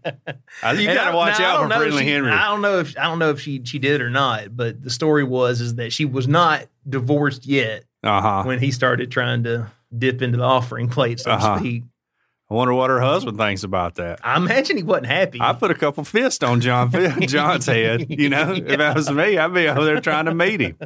C: I- You
B: And
C: got
B: I-
C: to watch
B: now, I
C: out
B: don't
C: for
B: know if
C: friendly
B: she-
C: hen reader.
B: I don't know if I don't know if she she did or not, but the story was is that she was not divorced yet
C: Uh huh.
B: when he started trying to dip into the offering plate, so
C: Uh-huh.
B: to speak.
C: I wonder what her husband thinks about that.
B: I imagine he wasn't happy.
C: I put a couple fists on John John's head. You know, if that was me, I'd be over there trying to meet him.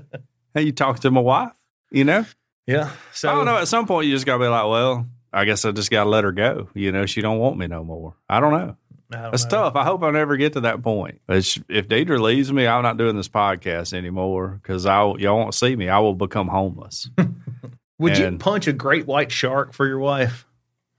C: Hey, you talk to my wife? You know,
B: yeah. So
C: I don't know. At some point, you just gotta be like, well, I guess I just gotta let her go. You know, she don't want me no more. I don't know.
B: I don't
C: That's
B: know.
C: tough. I hope I never get to that point. It's- if Deidre leaves me, I'm not doing this podcast anymore because I y'all won't see me. I will become homeless.
B: Would you
C: And-
B: punch a great white shark for your wife?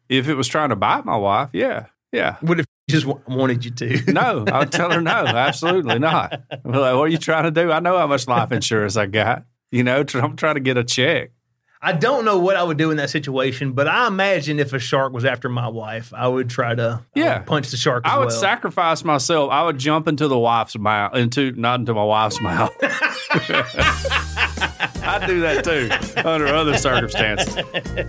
C: if it was trying to bite my wife, yeah, yeah.
B: What if she just w- wanted you to?
C: No, I'd tell her no, absolutely not. I'd be like, what are you trying to do? I know how much life insurance I got. You know, tr- I'm trying to get a check.
B: I don't know what I would do in that situation, but I imagine if a shark was after my wife, I would try to I
C: Yeah.
B: would punch the shark. As
C: I would
B: well.
C: sacrifice myself. I would jump into the wife's mouth, into not into my wife's mouth. I'd do that too under other circumstances.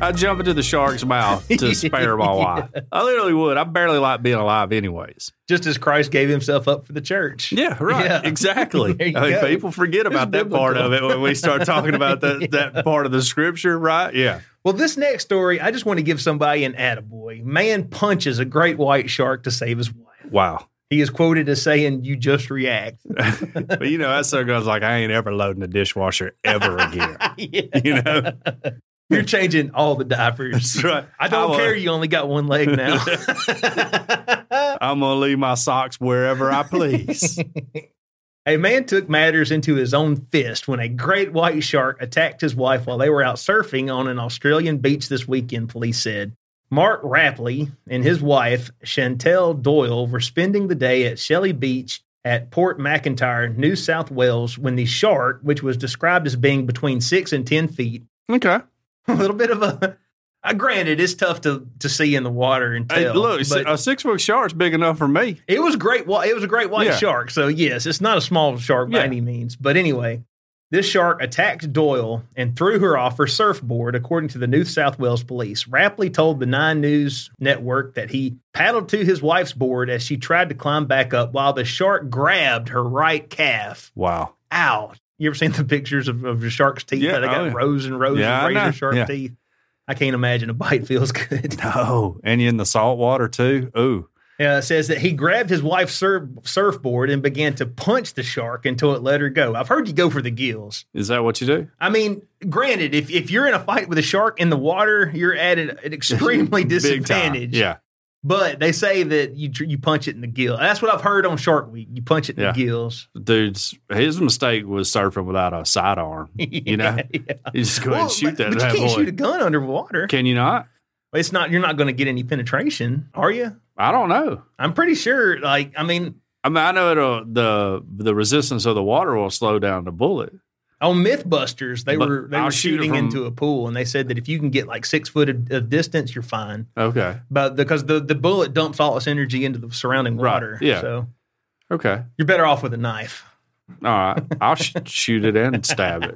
C: I'd jump into the shark's mouth to spare my wife. I literally would. I barely like being alive, anyways.
B: just as Christ gave himself up for the church.
C: Yeah, right.
B: Yeah.
C: Exactly.
B: There you
C: I mean,
B: go.
C: people forget about that
B: biblical.
C: part of it when we start talking about that that part of the scripture, right? Yeah.
B: Well, this next story, I just want to give somebody an attaboy. Man punches a great white shark to save his wife.
C: Wow.
B: He is quoted as saying, You just react.
C: But you know, that so goes like I ain't ever loading the dishwasher ever again.
B: Yeah.
C: You know?
B: You're changing all the diapers.
C: That's right.
B: I don't
C: will-
B: care. You only got one leg now.
C: I'm gonna leave my socks wherever I please.
B: A man took matters into his own fist when a great white shark attacked his wife while they were out surfing on an Australian beach this weekend, police said. Mark Rapley and his wife, Chantel Doyle, were spending the day at Shelley Beach at Port McIntyre, New South Wales, when the shark, which was described as being between six and 10 feet,
C: okay.
B: a little bit of a. I granted, it's tough to, to see in the water and tell.
C: Hey, look,
B: but-
C: a six foot shark's big enough for me.
B: it was great. wa- It was a great white
C: Yeah.
B: shark. So yes, it's not a small shark by
C: Yeah.
B: any means. But anyway, this shark attacked Doyle and threw her off her surfboard, according to the New South Wales Police. Rapley told the Nine News Network that he paddled to his wife's board as she tried to climb back up, while the shark grabbed her right calf.
C: Wow.
B: Ow! You ever seen the pictures of, of the shark's teeth?
C: Yeah,
B: Yeah, they got
C: oh, yeah.
B: rows and rows
C: Yeah, I
B: of
C: know.
B: razor sharp
C: Yeah.
B: teeth. I can't imagine a bite feels good.
C: No. Oh, And you in the salt water too? Ooh.
B: uh, says that he grabbed his wife's surf- surfboard and began to punch the shark until it let her go. I've heard you go for the gills.
C: Is that what you do?
B: I mean, granted, if, if you're in a fight with a shark in the water, you're at an, an extremely
C: Big time.
B: disadvantage.
C: Yeah.
B: But they say that you tr- you punch it in the gill. That's what I've heard on Shark Week. You punch it in
C: Yeah.
B: the gills.
C: Dude's his mistake was surfing without a sidearm. You know?
B: Yeah, yeah.
C: You just go ahead
B: Well,
C: and shoot
B: but-
C: that
B: But
C: bad
B: you can't
C: boy.
B: shoot a gun underwater.
C: Can you not?
B: It's not. You're not going to get any penetration, are you?
C: I don't know.
B: I'm pretty sure. Like, I mean,
C: I mean, I know it'll, the the resistance of the water will slow down the bullet,
B: On MythBusters, they
C: But
B: were they
C: I'll
B: were
C: shoot it
B: shooting
C: from-
B: into a pool, and they said that if you can get like six foot of, of distance, you're fine.
C: Okay.
B: But because the, the bullet dumps all its energy into the surrounding
C: Right,
B: water,
C: yeah.
B: So
C: Okay.
B: you're better off with a knife.
C: All right. I'll sh- shoot it and stab it.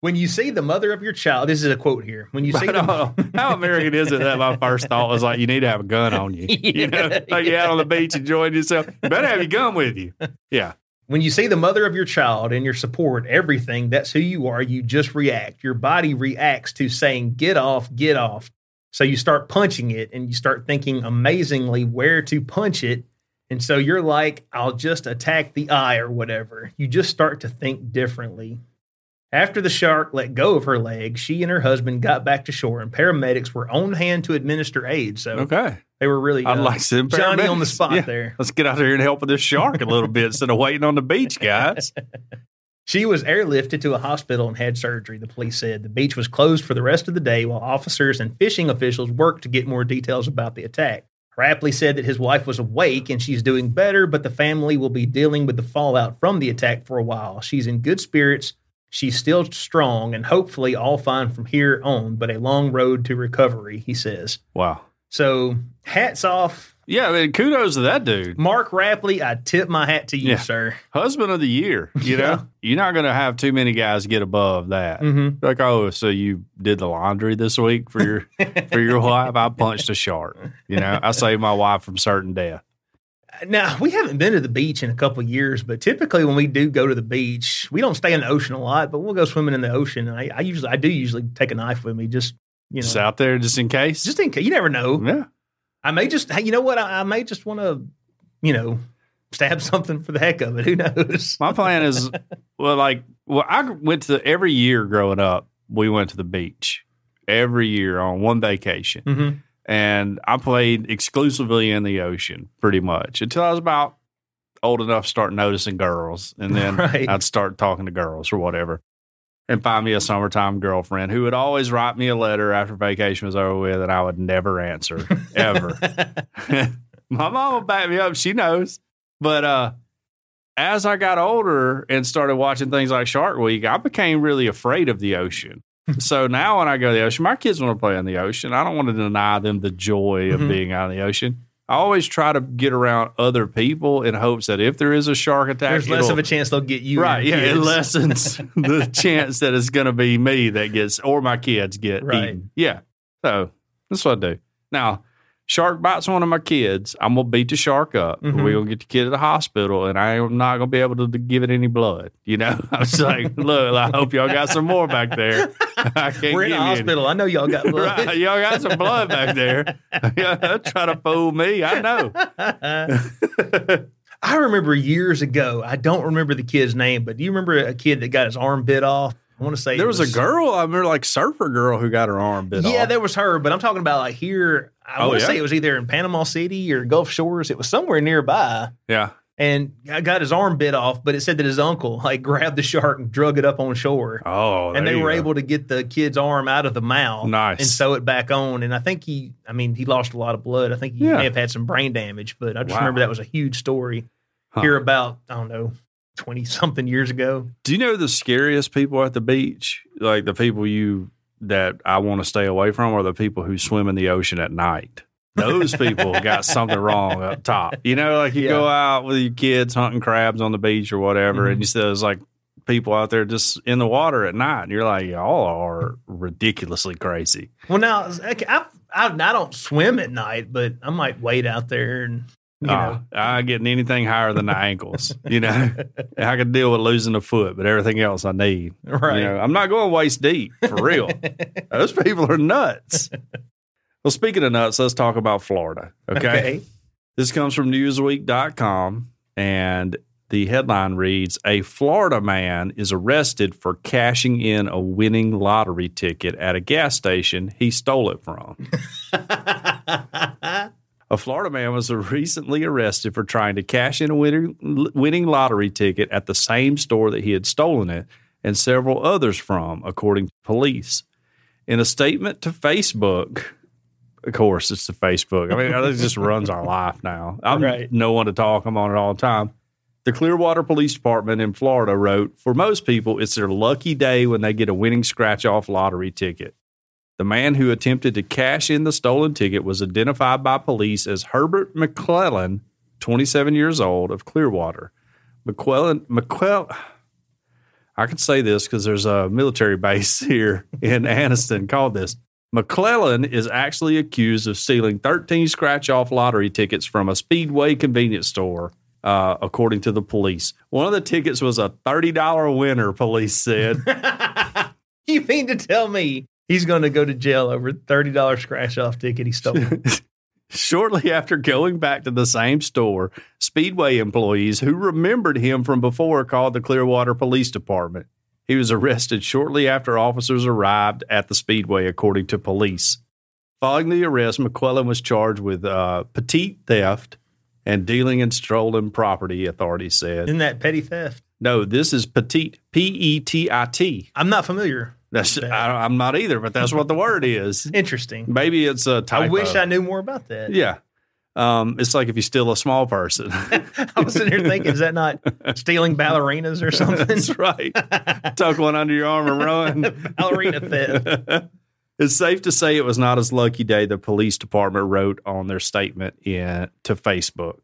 B: When you see the mother of your child, this is a quote here. When you see
C: But,
B: the
C: uh, how American is it that my first thought was like, you need to have a gun on you. You know,
B: Yeah,
C: like you're out on the beach enjoying yourself. You better have your gun with you. Yeah.
B: When you see the mother of your child and your support, everything, that's who you are. You just react. Your body reacts to saying, get off, get off. So you start punching it and you start thinking amazingly where to punch it. And so you're like, I'll just attack the eye or whatever. You just start to think differently. After the shark let go of her leg, she and her husband got back to shore, and paramedics were on hand to administer aid. So
C: Okay.
B: they were really
C: I'd
B: uh,
C: like some
B: Johnny on the
C: paramedics.
B: spot
C: Yeah.
B: there.
C: Let's get out here and help with this shark a little bit instead of waiting on the beach, guys.
B: She was airlifted to a hospital and had surgery, the police said. The beach was closed for the rest of the day while officers and fishing officials worked to get more details about the attack. Rapley said that his wife was awake and she's doing better, but the family will be dealing with the fallout from the attack for a while. She's in good spirits, she's still strong, and hopefully all fine from here on, but a long road to recovery, he says.
C: Wow.
B: So, hats off.
C: Yeah. I mean, kudos to that dude.
B: Mark Rapley, I tip my hat to you,
C: Yeah.
B: sir.
C: Husband of the year. You know,
B: Yeah.
C: you're not going to have too many guys get above that.
B: Mm-hmm.
C: Like, oh, so you did the laundry this week for your for your wife? I punched a shark. You know, I saved my wife from certain death.
B: Now, we haven't been to the beach in a couple of years, but typically when we do go to the beach, we don't stay in the ocean a lot, but we'll go swimming in the ocean. And I, I usually, I do usually take a knife with me, just you know,
C: Just out there, just in case.
B: just in case. You never know.
C: yeah.
B: I may just, hey, you know what? I, I may just want to, you know, stab something for the heck of it. Who knows?
C: My plan is, well, like, well, I went to every year growing up. We went to the beach every year on one vacation,
B: hmm
C: and I played exclusively in the ocean, pretty much until I was about old enough to start noticing girls, and then
B: Right.
C: I'd start talking to girls or whatever, and find me a summertime girlfriend who would always write me a letter after vacation was over with, and I would never answer ever. my mom will back me up. She knows. But uh, as I got older and started watching things like Shark Week, I became really afraid of the ocean. so now when I go to the ocean, my kids want to play in the ocean. I don't want to deny them the joy of
B: Mhm.
C: being out in the ocean. I always try to get around other people in hopes that if there is a shark attack,
B: There's less
C: it'll-
B: of a chance they'll get you. and
C: right.
B: your
C: Yeah, it
B: kids.
C: lessens the chance that it's going to be me that gets or my kids get
B: Right.
C: eaten. Yeah. So that's what I do. Now, shark bites one of my kids. I'm gonna beat the shark up.
B: Mhm.
C: We're gonna get the kid to the hospital, and I am not gonna be able to d- give it any blood. You know, I was like, look, I hope y'all got some more back there. I can't
B: We're in
C: give you
B: a
C: any.
B: hospital. I know y'all got
C: Right.
B: blood.
C: Y'all got some blood back there. Yeah, try to fool me. I know.
B: I remember years ago. I don't remember the kid's name, but do you remember a kid that got his arm bit off? I want to say it
C: There was, a girl, I remember like surfer girl who got her arm bit off.
B: Yeah, there was her, but I'm talking about like here. I
C: Oh,
B: want to
C: yeah?
B: say it was either in Panama City or Gulf Shores. It was somewhere nearby,
C: yeah.
B: and I got his arm bit off. But it said that his uncle like grabbed the shark and drug it up on shore,
C: Oh,
B: and they
C: there you
B: were
C: go.
B: able to get the kid's arm out of the mouth,
C: Nice.
B: and sew it back on. And I think he, I mean, he lost a lot of blood. I think he
C: Yeah.
B: may have had some brain damage, but I just
C: Wow.
B: remember that was a huge story
C: Huh.
B: here about I don't know twenty something years ago.
C: Do you know the scariest people at the beach? Like the people you that I want to stay away from are the people who swim in the ocean at night. Those people got something wrong up top. You know, like you
B: Yeah.
C: go out with your kids hunting crabs on the beach or whatever,
B: Mhm.
C: and you see those like people out there just in the water at night, and you're like, y'all are ridiculously crazy.
B: Well, now okay, I, I I don't swim at night, but I might wait out there and you know.
C: Uh, I getting anything higher than the ankles. You know, I could deal with losing a foot, but everything else I need.
B: Right.
C: You know, I'm not going waist deep for real. Those people are nuts. well, speaking of nuts, let's talk about Florida. Okay. This comes from Newsweek.com, and the headline reads A Florida man is arrested for cashing in a winning lottery ticket at a gas station he stole it from. A Florida man was recently arrested for trying to cash in a winning, winning lottery ticket at the same store that he had stolen it and several others from, according to police. In a statement to Facebook, of course, it's to Facebook. I mean, it just runs our life now. I'm
B: Right.
C: no one to talk. I'm on it all the time. The Clearwater Police Department in Florida wrote For most people, it's their lucky day when they get a winning scratch off lottery ticket. The man who attempted to cash in the stolen ticket was identified by police as Herbert McClellan, 27 years old, of Clearwater. McClellan, McClellan, I can say this because there's a military base here in Anniston called this. McClellan is actually accused of stealing 13 scratch off lottery tickets from a Speedway convenience store, uh, according to the police. One of the tickets was a $30 winner, police said.
B: you mean to tell me he's going to go to jail over thirty dollars scratch off ticket he stole?
C: Shortly after going back to the same store, Speedway employees who remembered him from before called the Clearwater Police Department. He was arrested shortly after officers arrived at the Speedway, according to police. Following the arrest, McClellan was charged with uh, petite theft and dealing in stolen property, authorities said.
B: Isn't that petty theft?
C: No, this is petite, P E T I T.
B: I'm not familiar.
C: That's I, I'm not either, but that's what the word is.
B: Interesting.
C: Maybe it's a typo.
B: I wish I knew more about that.
C: Yeah. Um, it's like if you steal a small person.
B: I was sitting here thinking, is that not stealing ballerinas or something?
C: That's right. Tuck one under your arm and run.
B: Ballerina theft.
C: It's safe to say it was not his lucky day, the police department wrote on their statement in, to Facebook.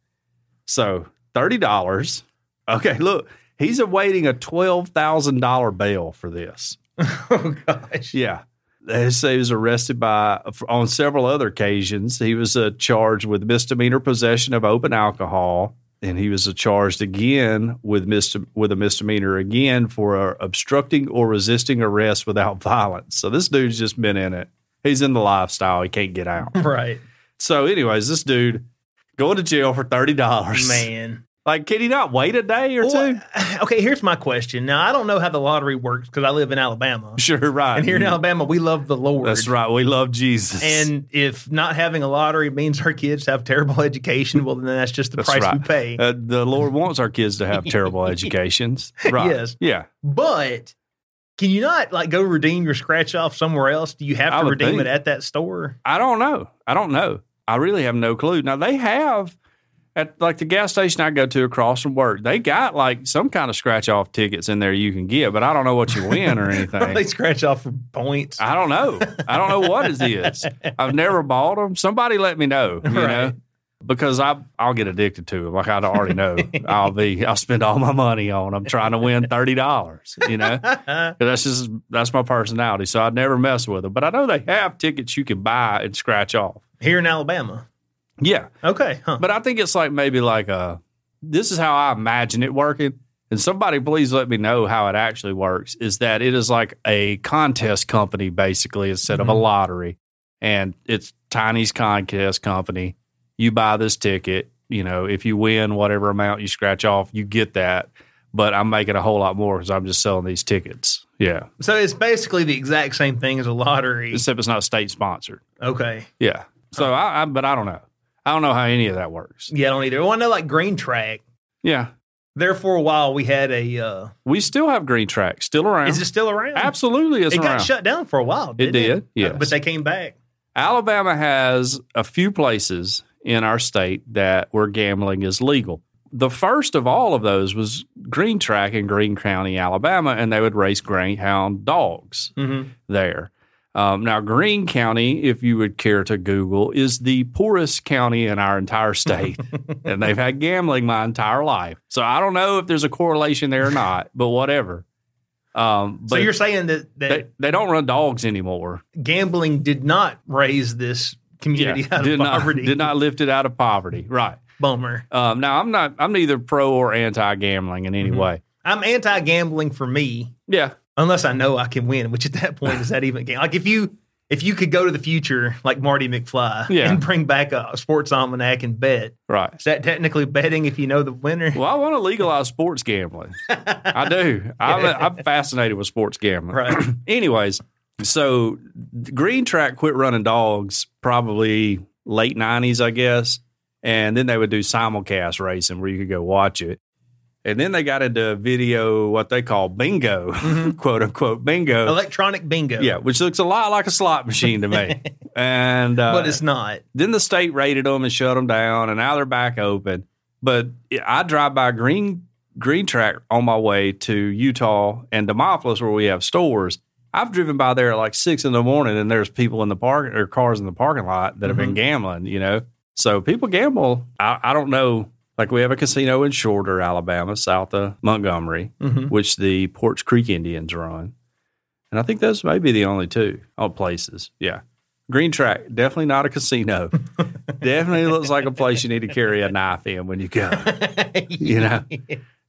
C: So $30. Okay, look, he's awaiting a $12,000 bail for this.
B: Oh gosh.
C: Yeah. They say he was arrested by on several other occasions. He was uh, charged with misdemeanor possession of open alcohol, and he was uh, charged again with mis- with a misdemeanor again for uh, obstructing or resisting arrest without violence. So this dude's just been in it. He's in the lifestyle. He can't get out.
B: Right.
C: So, anyways, this dude going to jail for thirty dollars.
B: Man.
C: like, can he not wait a day or
B: Well,
C: two?
B: okay, here's my question. Now I don't know how the lottery works because I live in Alabama,
C: Sure, right.
B: and here in Alabama we love the Lord.
C: that's right. We love Jesus.
B: And if not having a lottery means our kids have terrible education, well then that's just the
C: That's
B: price
C: right.
B: we pay.
C: Uh, the Lord wants our kids to have terrible educations. Right.
B: Yes.
C: Yeah.
B: but can you not like go redeem your scratch off somewhere else? Do you have
C: I
B: to
C: would
B: redeem
C: think.
B: it at that store?
C: I don't know. I don't know. I really have no clue. Now they have at like the gas station I go to across from work, they got like some kind of scratch off tickets in there you can get, but I don't know what you win or
B: Or they
C: anything.
B: scratch off for points.
C: I don't know. I don't know what it is. I've never bought them. Somebody let me know, you know,
B: Right.
C: because I I'll get addicted to them. Like I already know, I'll be I'll spend all my money on them trying to win thirty dollars. You know, Because that's just that's my personality. So I'd never mess with them. But I know they have tickets you can buy and scratch off.
B: here in Alabama.
C: Yeah.
B: Okay, huh?
C: But I think it's like maybe like a this is how I imagine it working. And somebody please let me know how it actually works. Is that it is like a contest company basically instead
B: Mm-hmm.
C: of a lottery. And it's Tiny's contest company. You buy this ticket, you know, if you win whatever amount you scratch off, you get that. But I'm making a whole lot more because I'm just selling these tickets. Yeah.
B: so it's basically the exact same thing as a lottery.
C: Except it's not state sponsored.
B: Okay.
C: Yeah. So I, I but I don't know. I don't know how any of that works.
B: Yeah, I don't either. Well, I know like Green Track.
C: Yeah.
B: There for a while we had a uh
C: We still have green track still around.
B: Is it still around?
C: Absolutely it's
B: It
C: around.
B: got shut down for a while.
C: it
B: Didn't
C: did. Yes.
B: Uh, But they came back.
C: Alabama has a few places in our state that where gambling is legal. The first of all of those was Green Track in Greene County, Alabama, and they would race greyhound dogs.
B: Mm-hmm.
C: there. Um, now, Greene County, if you would care to Google, is the poorest county in our entire state. and they've had gambling my entire life. So I don't know if there's a correlation there or not, but whatever. Um,
B: So
C: but
B: you're saying that, that
C: they, they don't run dogs anymore.
B: gambling did not raise this community out of
C: did, not,
B: poverty?
C: did not lift it out of poverty. Right.
B: Bummer.
C: Um, now, I'm not, I'm neither pro or anti gambling in any
B: Mhm.
C: way.
B: I'm anti-gambling for me,
C: Yeah.
B: unless I know I can win. Which at that point is that even game? Like if you if you could go to the future like Marty McFly
C: Yeah.
B: and bring back a sports almanac and bet,
C: Right.
B: is that technically betting if you know the winner?
C: Well, I want to legalize sports gambling. I do. I'm, I'm fascinated with sports gambling.
B: Right.
C: Anyways, so Green Track quit running dogs probably late 90s, I guess. And then they would do simulcast racing where you could go watch it. And then they got into video, what they call bingo,
B: Mm-hmm.
C: quote unquote bingo.
B: Electronic bingo.
C: yeah, which looks a lot like a slot machine to me. and uh,
B: But it's not.
C: then the state raided them and shut them down, and now they're back open. But I drive by Green Green Track on my way to Utah and Demopolis, where we have stores. I've driven by there at like six in the morning, and there's people in the park or cars in the parking lot that have been gambling. You know, so people gamble. I, I don't know. Like we have a casino in Shorter, Alabama, south of Montgomery,
B: Mhm.
C: which the Porch Creek Indians run, and I think those may be the only two oh, places. Yeah, Green Track definitely not a casino. definitely looks like a place you need to carry a knife in when you go. You know,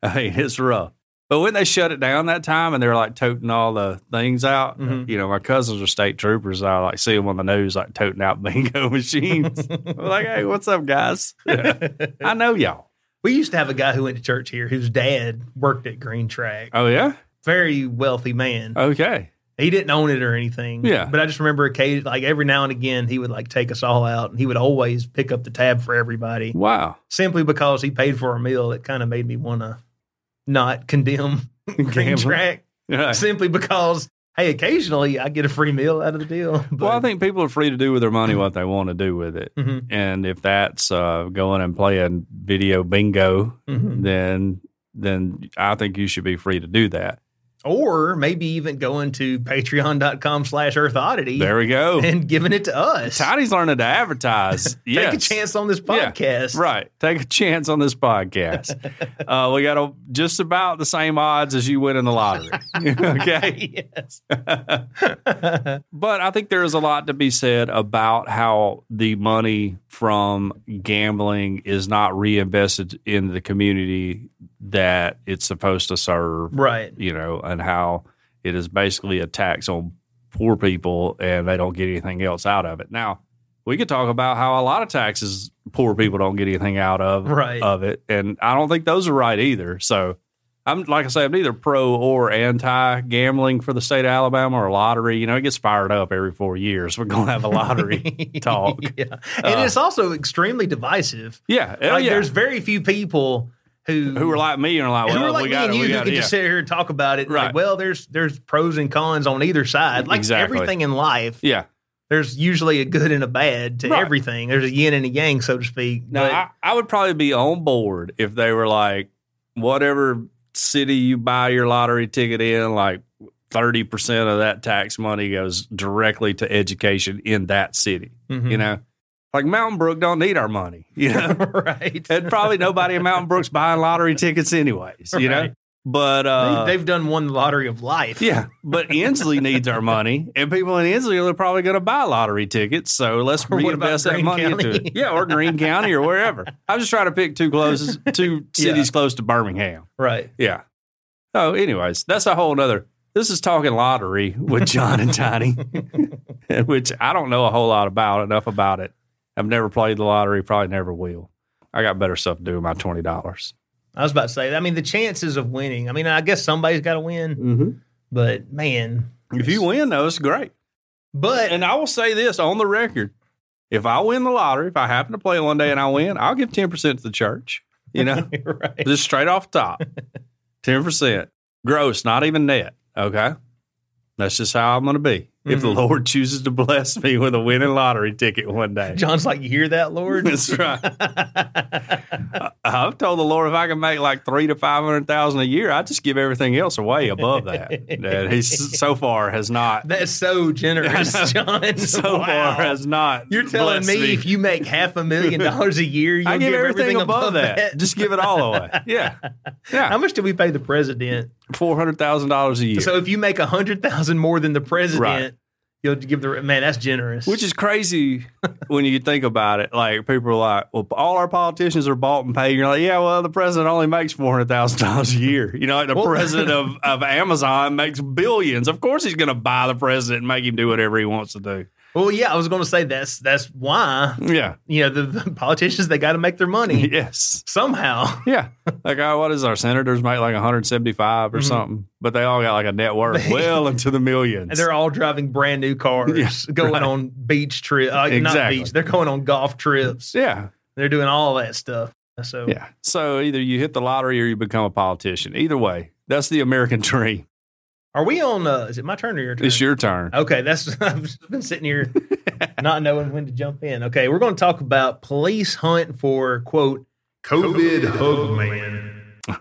C: I mean, it's rough. But when they shut it down that time and they were like toting all the things out,
B: Mhm.
C: you know, my cousins are state troopers. I like see them on the news, like toting out bingo machines. I'm like, hey, what's up, guys? I know y'all.
B: we used to have a guy who went to church here whose dad worked at Green Track.
C: Oh, yeah?
B: Very wealthy man.
C: Okay.
B: He didn't own it or anything.
C: Uh, Yeah.
B: But I just remember occasion like every now and again he would like take us all out and he would always pick up the tab for everybody.
C: Wow.
B: Simply because he paid for a meal, it kind of made me want to not condemn Green
C: Gambling.
B: Track.
C: Yeah.
B: Simply because hey, occasionally I get a free meal out of the deal. But,
C: Well, I think people are free to do with their money what they want to do with it.
B: Mhm,
C: And if that's uh, going and playing video bingo,
B: mhm.
C: then then I think you should be free to do that.
B: Or maybe even going to patreon.com slash earth oddity
C: There we go.
B: and giving it to us.
C: Tiny's learning to advertise. Yes.
B: Take a chance on this
C: Yeah,
B: podcast.
C: Right. Take a chance on this podcast. uh, we got a, just about the same odds as you win in the lottery. okay.
B: yes.
C: But I think there is a lot to be said about how the money from gambling is not reinvested in the community that it's supposed to serve,
B: Right.
C: you know, and how it is basically a tax on poor people and they don't get anything else out of it. Now, we could talk about how a lot of taxes poor people don't get anything out of
B: Right.
C: of it, and I don't think those are right either. So, I'm like I say, I'm neither pro or anti gambling for the state of Alabama or lottery. You know, it gets fired up every four years. We're gonna have a lottery talk.
B: yeah. And
C: Uh,
B: it's also extremely divisive.
C: Yeah, hell
B: like
C: yeah.
B: there's very few people who
C: who are like me and are like,
B: who
C: well,
B: are like
C: we
B: me
C: got
B: and
C: it,
B: you
C: we
B: who
C: got
B: can
C: it. Yeah.
B: just sit here and talk about it.
C: Right.
B: Like, well, there's there's pros and cons on either side. Like
C: Exactly.
B: everything in life,
C: yeah.
B: there's usually a good and a bad to
C: Right.
B: everything. There's a yin and a yang, so to speak.
C: No,
B: But-
C: I, I would probably be on board if they were like, whatever city you buy your lottery ticket in, like 30% of that tax money goes directly to education in that city,
B: Mhm.
C: you know? Like Mountain Brook don't need our money, you know?
B: right.
C: and probably nobody in Mountain Brook's buying lottery tickets anyways, you know?
B: Right.
C: But uh,
B: they, have done one lottery of life.
C: yeah, but Inslee needs our money, and people in Inslee are probably going to buy lottery tickets. So let's
B: Or what about
C: reinvest that
B: Greene
C: money
B: County?
C: into it. Yeah, or Greene County or wherever. I'm just trying to pick two closest, two
B: Yeah.
C: cities close to Birmingham.
B: Right.
C: Yeah. Oh, anyways, that's a whole nother. This is talking lottery with John and Tiny, which I don't know a whole lot about, enough about it. I've never played the lottery, probably never will. I got better stuff to do with my twenty dollars.
B: I was about to say. I mean, the chances of winning. I mean, I guess somebody's got to win, but man,
C: If you win, though, it's great.
B: but
C: and I will say this on the record: if I win the lottery, if I happen to play one day and I win, I'll give ten percent to the church. You know,
B: right.
C: just straight off top, ten percent gross, not even net. Okay, that's just how I'm going to be. If the
B: Mhm.
C: Lord chooses to bless me with a winning lottery ticket one day,
B: John's like, you hear that, Lord?
C: that's right. I- I've told the Lord if I can make like three to five hundred thousand a year, I just give everything else away above that. and he so far has not.
B: That's so generous,
C: I know.
B: John.
C: So
B: Wow.
C: far has not.
B: You're telling
C: blessed
B: me if you make half a million dollars a year, you'll
C: I give, everything, above, that.
B: that.
C: Just give it all away. Yeah.
B: How
C: Yeah.
B: much do we pay the president?
C: Four hundred thousand dollars a year.
B: So if you make a hundred thousand more than the president,
C: Right.
B: you'll give the man. That's generous.
C: which is crazy when you think about it. Like people are like, "Well, all our politicians are bought and paid." You're like, "Yeah, well, the president only makes four hundred thousand dollars a year." You know, like the
B: Well-
C: president of, of Amazon makes billions. Of course, he's going to buy the president and make him do whatever he wants to do.
B: well, yeah, I was going to say that's that's why
C: Yeah.
B: you know the, the politicians they got to make their money
C: Yes.
B: somehow.
C: Yeah. Like, uh, what is our senators make like 175 or
B: Mhm.
C: something, but they all got like a net worth well into the millions.
B: They're all driving brand new cars,
C: Yeah,
B: going
C: right.
B: on beach trips, uh, not
C: Exactly.
B: beach. They're going on golf trips.
C: yeah.
B: They're doing all that stuff. So
C: Yeah. So either you hit the lottery or you become a politician. Either way, that's the American dream.
B: Are we on? Uh, is it my turn or your turn?
C: It's your turn.
B: Okay, that's I've just been sitting here not knowing when to jump in. Okay, we're going to talk about police hunt for quote COVID hug man.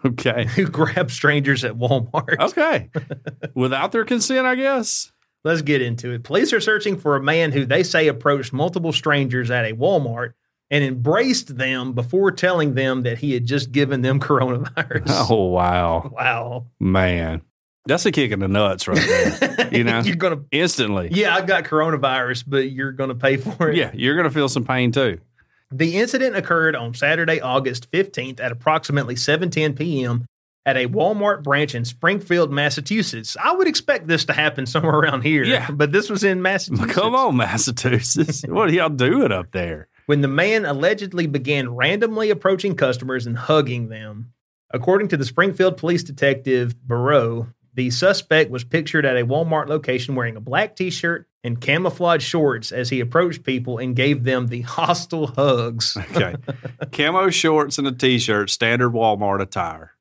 C: Okay.
B: who grab strangers at Walmart.
C: Okay. Without their consent, I guess.
B: Let's get into it. Police are searching for a man who they say approached multiple strangers at a Walmart and embraced them before telling them that he had just given them coronavirus.
C: Oh wow,
B: Wow.
C: man, that's a kick in the nuts right there. You know?
B: you're going to,
C: Instantly.
B: yeah, I got coronavirus, but you're going to pay for it.
C: Yeah, you're gonna feel some pain too.
B: The incident occurred on Saturday, August 15th at approximately 7:10 p.m. at a Walmart branch in Springfield, Massachusetts. I would expect this to happen somewhere around here,
C: Yeah.
B: but this was in Massachusetts.
C: Come on, Massachusetts. what are y'all doing up there?
B: When the man allegedly began randomly approaching customers and hugging them. According to the Springfield police detective Barreau, the suspect was pictured at a Walmart location wearing a black t-shirt and camouflage shorts as he approached people and gave them the hostile hugs.
C: Okay. Camo shorts and a t-shirt, standard Walmart attire.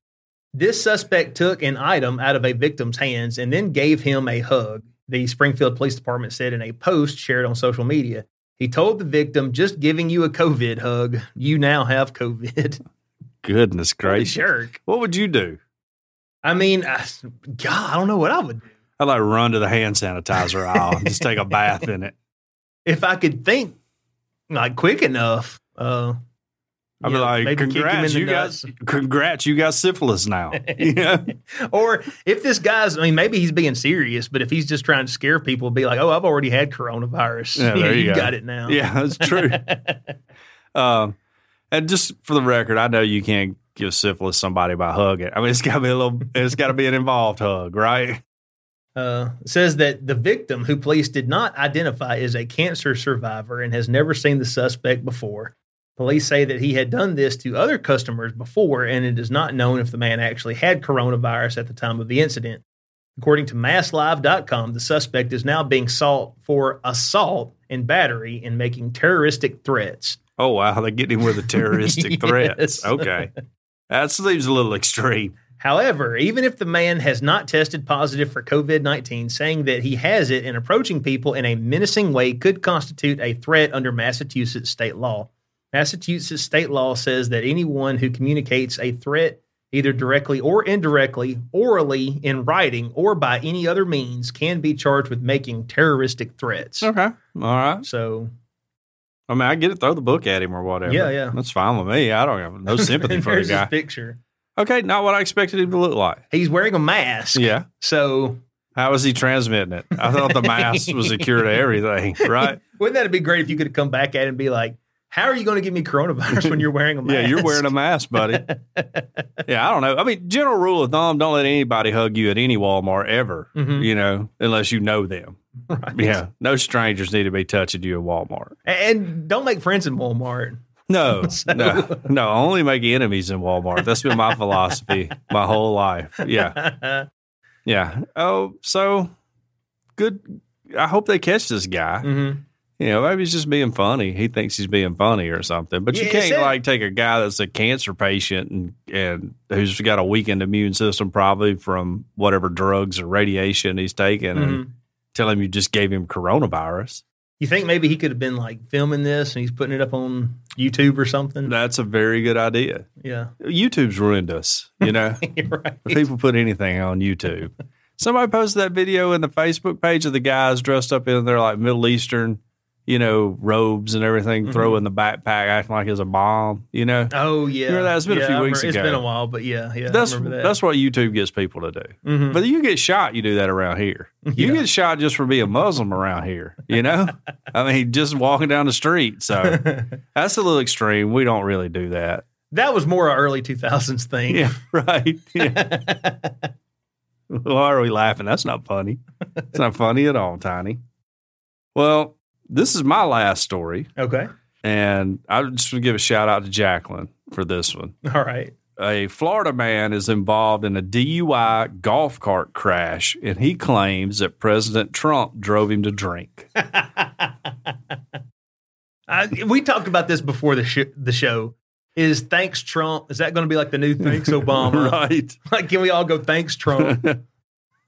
B: This suspect took an item out of a victim's hands and then gave him a hug, the Springfield Police Department said in a post shared on social media. He told the victim, just giving you a COVID hug, you now have COVID.
C: Goodness
B: What a
C: gracious.
B: jerk.
C: What would you do?
B: I mean, I, God, I don't know what I would do.
C: I'd like run to the hand sanitizer aisle and just take a bath in it.
B: If I could think like quick enough, uh,
C: I'd
B: yeah,
C: be like,
B: maybe kick him
C: congrats,
B: in the
C: you
B: nuts.
C: guys congrats, you got syphilis now. yeah.
B: Or if this guy's, I mean, maybe he's being serious, but if he's just trying to scare people, be like, oh, I've already had coronavirus.
C: Yeah, there you
B: you
C: go.
B: got it now.
C: Yeah, that's true. um, and just for the record, I know you can't give syphilis somebody by hugging. I mean, it's got to be a little, it's got to be an involved hug, right?
B: uh, says that the victim, who police did not identify, is a cancer survivor and has never seen the suspect before. Police say that he had done this to other customers before, and it is not known if the man actually had coronavirus at the time of the incident. According to MassLive.com, the suspect is now being sought for assault and battery and making terroristic threats.
C: Oh wow, they get him with the terroristic
B: Yes.
C: threats. Okay, that seems a little extreme.
B: However, even if the man has not tested positive for COVID 19, saying that he has it and approaching people in a menacing way could constitute a threat under Massachusetts state law. Massachusetts state law says that anyone who communicates a threat, either directly or indirectly, orally, in writing, or by any other means, can be charged with making terroristic threats.
C: Okay, all right.
B: So,
C: I mean, I get it. Throw the book at him or whatever.
B: Yeah, yeah.
C: That's fine with me. I don't have no sympathy for the
B: there's
C: guy.
B: his picture.
C: okay, not what I expected him to look like.
B: He's wearing a mask.
C: Yeah.
B: So,
C: How is he transmitting it? I thought the mask was a cure to everything, right?
B: Wouldn't that be great if you could come back at it and be like, how are you going to give me coronavirus when you're wearing a mask?
C: Yeah, you're wearing a mask, buddy. yeah, I don't know. I mean, general rule of thumb: don't let anybody hug you at any Walmart ever.
B: Mhm.
C: You know, unless you know them.
B: Right.
C: Yeah, no strangers need to be touching you at Walmart.
B: And don't make friends in Walmart.
C: No, no, no. Only make enemies in Walmart. That's been my philosophy my whole life. Yeah, yeah. Oh, so good. I hope they catch this guy.
B: Mhm.
C: You know, maybe he's just being funny. He thinks he's being funny or something. But
B: Yeah,
C: you
B: it
C: can't
B: said-
C: like take a guy that's a cancer patient and and who's got a weakened immune system probably from whatever drugs or radiation he's taking and
B: Mhm.
C: tell him you just gave him coronavirus.
B: You think maybe he could have been like filming this and he's putting it up on YouTube or something?
C: That's a very good idea.
B: Yeah.
C: YouTube's ruined us, you know.
B: You're right.
C: If people put anything on YouTube. Somebody posted that video in the Facebook page of the guys dressed up in their like Middle Eastern, you know, robes and everything, throwing the backpack, acting like it's a bomb, you know.
B: Oh, yeah.
C: Remember that? It's been a
B: Yeah,
C: few
B: I
C: weeks
B: remember-
C: ago.
B: It's been a while, but yeah. yeah I
C: that's
B: remember that.
C: that's what YouTube gets people to do.
B: Mhm.
C: But you get shot, you do that around here. You
B: Yeah.
C: get shot just for being Muslim around here. You know, I mean, just walking down the street. So that's a little extreme. We don't really do that.
B: that was more a early 2000s thing.
C: Yeah, right. Yeah. Why are we laughing? That's not funny. It's not funny at all, Tiny. Well, this is my last story,
B: Okay.
C: and I just want to give a shout out to Jacqueline for this one.
B: All right.
C: a Florida man is involved in a DUI golf cart crash, and he claims that President Trump drove him to drink.
B: I, we talked about this before the, sh- the show. Is thanks Trump? Is that going to be like the new thanks Obama?
C: right.
B: Like, can we all go thanks Trump?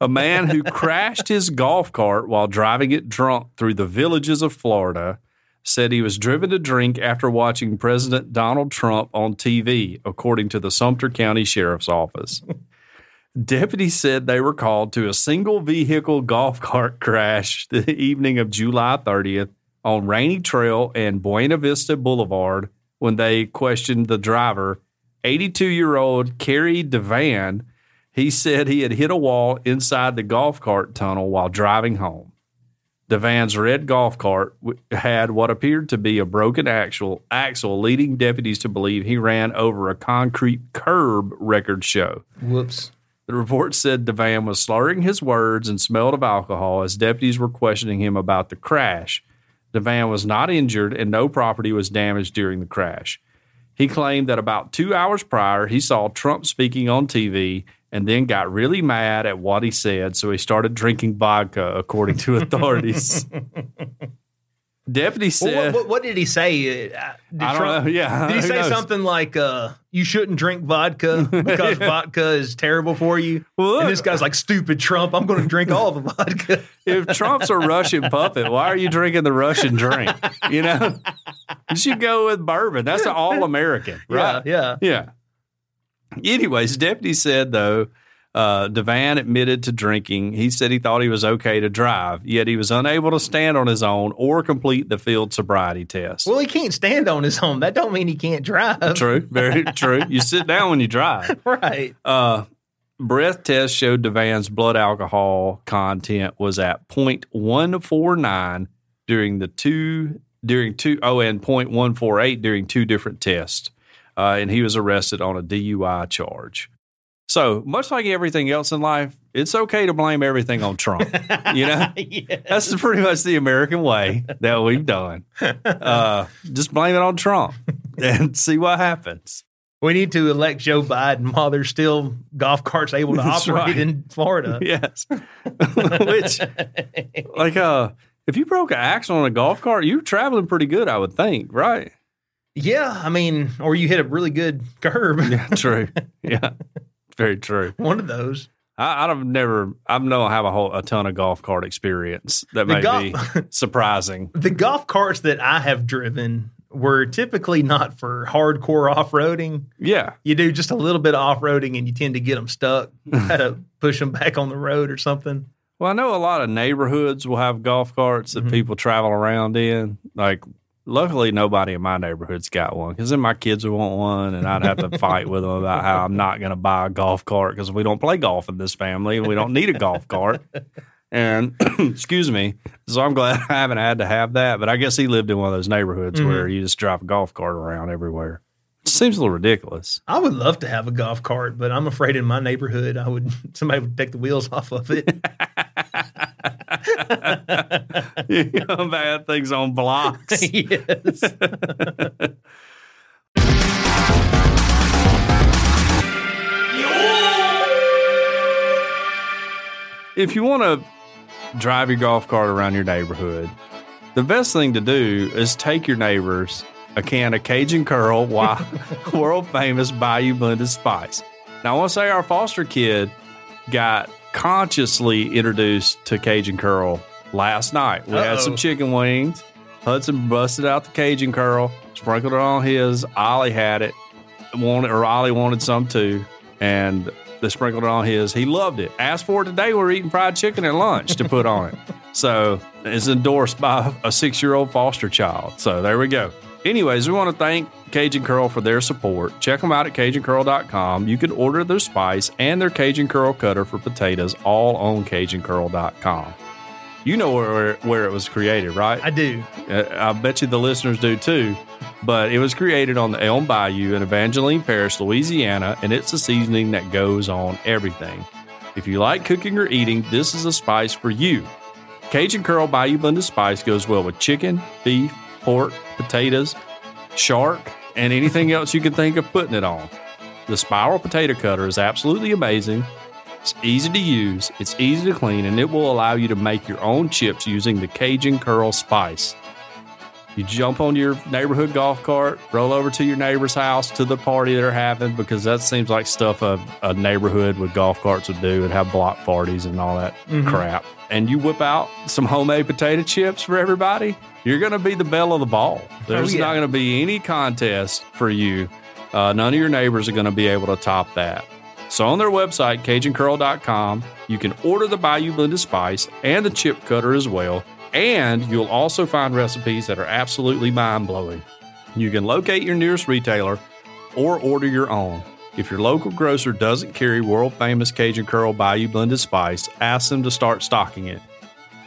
C: A man who crashed his golf cart while driving it drunk through the villages of Florida. said he was driven to drink after watching President Donald Trump on TV, according to the Sumter County Sheriff's Office. Deputies said they were called to a single vehicle golf cart crash the evening of July 30th on Rainy Trail and Buena Vista Boulevard when they questioned the driver, 82 year old Kerry Devan. He said he had hit a wall inside the golf cart tunnel while driving home. Devan's red golf cart w- had what appeared to be a broken axle, axle, leading deputies to believe he ran over a concrete curb, record show.
B: Whoops.
C: The report said Devan was slurring his words and smelled of alcohol as deputies were questioning him about the crash. Devan was not injured and no property was damaged during the crash. He claimed that about two hours prior, he saw Trump speaking on TV and then got really mad at what he said, so he started drinking vodka, according to authorities. Deputy
B: Well,
C: said,
B: what, what, what did he say? Uh, Did
C: I don't
B: Trump-
C: know. Yeah.
B: Did he
C: who
B: say
C: knows?
B: something like, uh, you shouldn't drink vodka because vodka is terrible for you?
C: Well,
B: and this guy's like, stupid Trump, I'm going to drink all the vodka.
C: if Trump's a Russian puppet, why are you drinking the Russian drink? You know, you should go with bourbon. That's an all American, right?
B: Yeah,
C: Yeah. Anyways, deputy said though, uh, Devan admitted to drinking. He said he thought he was okay to drive, yet he was unable to stand on his own or complete the field sobriety test.
B: Well, he can't stand on his own. That don't mean he can't drive.
C: true, very true. You sit down when you drive.
B: Right.
C: Uh, breath test showed Devan's blood alcohol content was at 0.149 during the two during two oh and 0.148 during two different tests, uh, and he was arrested on a DUI charge. So much like everything else in life, it's okay to blame everything on Trump. you know.
B: yeah.
C: That's pretty much the American way that we've done. Uh, just blame it on Trump and see what happens.
B: We need to elect Joe Biden while there's still golf carts able to
C: That's
B: operate
C: right.
B: in Florida.
C: Yes. Which, like, uh, if you broke an axle on a golf cart, you're traveling pretty good, I would think, right?
B: Yeah, I mean, or you hit a really good curb.
C: True. yeah. Very true.
B: One of those.
C: I, I've never, I don't have a whole a ton of golf cart experience that
B: The
C: may
B: golf-
C: be surprising.
B: The golf carts that I have driven were typically not for hardcore off roading.
C: Yeah.
B: You do just a little bit of off roading and you tend to get them stuck. You had to push them back on the road or something.
C: Well, I know a lot of neighborhoods will have golf carts that
B: Mhm.
C: people travel around in. Like, luckily, nobody in my neighborhood's got one because then my kids would want one, and I'd have to fight with them about how I'm not going to buy a golf cart because we don't play golf in this family and we don't need a golf cart. And excuse me, so I'm glad I haven't had to have that. But I guess he lived in one of those neighborhoods
B: Mhm.
C: where you just drive a golf cart around everywhere. It seems a little ridiculous.
B: I would love to have a golf cart, but I'm afraid in my neighborhood, I would somebody would take the wheels off of it.
C: you know, bad things on blocks.
B: yes.
C: if you want to drive your golf cart around your neighborhood, the best thing to do is take your neighbors a can of Cajun Curl, wi- world famous Bayou blended spice. Now, I want to say our foster kid got consciously introduced to Cajun Curl last night. We had some
B: Uh-oh.
C: chicken wings. Hudson busted out the Cajun Curl, sprinkled it on his. Ollie had it wanted or Ollie wanted some too, and they sprinkled it on his. He loved it. Asked for it today. We're eating fried chicken at lunch to put on it. So it's endorsed by a six-year-old foster child. So there we go. Anyways, we want to thank Cajun Curl for their support. Check them out at CajunCurl.com. You can order their spice and their Cajun Curl cutter for potatoes all on CajunCurl.com. You know where where it was created, right?
B: I do.
C: Uh, I bet you the listeners do too. But it was created on the Elm Bayou in Evangeline Parish, Louisiana, and it's a seasoning that goes on everything. If you like cooking or eating, this is a spice for you. Cajun Curl Bayou Blended Spice goes well with chicken, beef, pork, potatoes, shark, and anything else you can think of putting it on. The spiral potato cutter is absolutely amazing. It's easy to use, it's easy to clean, and it will allow you to make your own chips using the Cajun Curl spice. You jump on your neighborhood golf cart, roll over to your neighbor's house to the party they're having because that seems like stuff a, a neighborhood with golf carts would do and have block parties and all that
B: Mhm.
C: crap. And you whip out some homemade potato chips for everybody. You're going to be the belle of the ball. There's
B: yeah.
C: not going to be any contest for you. Uh, none of your neighbors are going to be able to top that. So on their website, CajunCurl.com, you can order the Bayou Blended Spice and the chip cutter as well. And you'll also find recipes that are absolutely mind blowing. You can locate your nearest retailer or order your own. If your local grocer doesn't carry world famous Cajun Curl Bayou Blended Spice, ask them to start stocking it.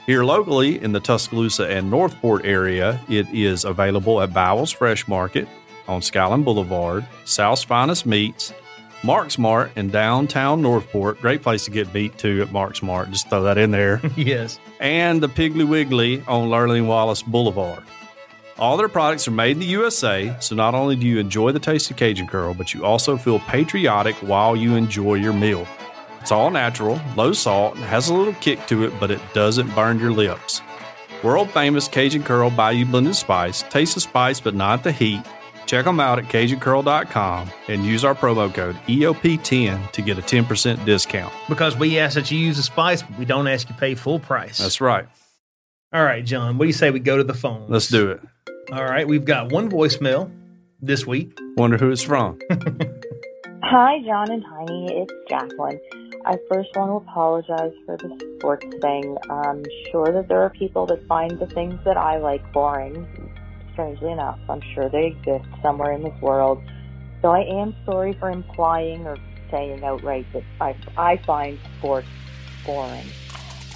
C: Here locally in the Tuscaloosa and Northport area, it is available at Bowles Fresh Market on Skyland Boulevard, South's Finest Meats, Mark's Mart in downtown Northport. Great place to get beat too at Mark's Mart. Just throw that in there
B: yes.
C: and the Piggly Wiggly on Lurleen Wallace Boulevard. All their products are made in the USA, so not only do you enjoy the taste of Cajun Curl, but you also feel patriotic while you enjoy your meal. It's all natural, low salt, and has a little kick to it, but it doesn't burn your lips. World famous Cajun Curl Bayou Blended Spice. Taste the spice, but not the heat. Check them out at CajunCurl.com and use our promo code E EOP10 to get a 10% discount.
B: Because we ask that you use the spice, but we don't ask you pay full price.
C: That's right.
B: All right, John. What do you say we go to the phone?
C: Let's do it.
B: All right, we've got one voicemail this week.
C: Wonder who it's from.
D: Hi, John and Heiny. It's Jacqueline. I first want to apologize for the sports thing. I'm sure that there are people that find the things that I like boring. Strangely enough, I'm sure they exist somewhere in this world. So I am sorry for implying or saying outright that I, I find sports boring.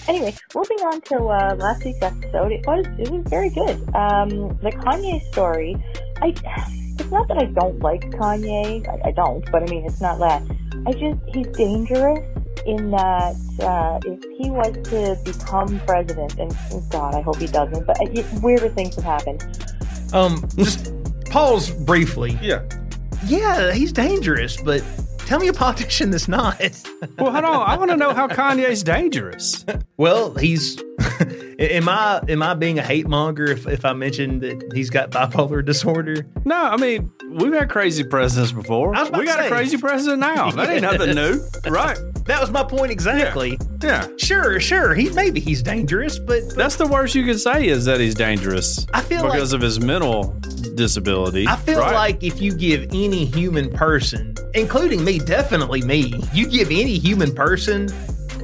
D: Anyway, moving on to uh, last week's episode, it was it was very good. Um, the Kanye story, I it's not that I don't like Kanye, I, I don't, but I mean it's not that. I just he's dangerous in that uh, if he was to become president, and oh God, I hope he doesn't, but uh, weirder things have happened.
B: Um, just pause briefly.
C: Yeah.
B: Yeah, he's dangerous, but tell me a politician that's not.
C: Well, hold on. I want to know how Kanye's dangerous.
B: Well, he's. am I am I being a hate monger if, if I mention that he's got bipolar disorder?
C: No, I mean, we've had crazy presidents before.
B: I was about
C: We
B: to
C: got
B: say.
C: a crazy president now. That ain't nothing new. Right.
B: That was my point exactly.
C: Yeah.
B: Sure, sure. He maybe he's dangerous, but
C: That's the worst you can say is that he's dangerous
B: I feel like-
C: because of his mental disability.
B: I feel
C: right?
B: like if you give any human person, including me, definitely me, you give any human person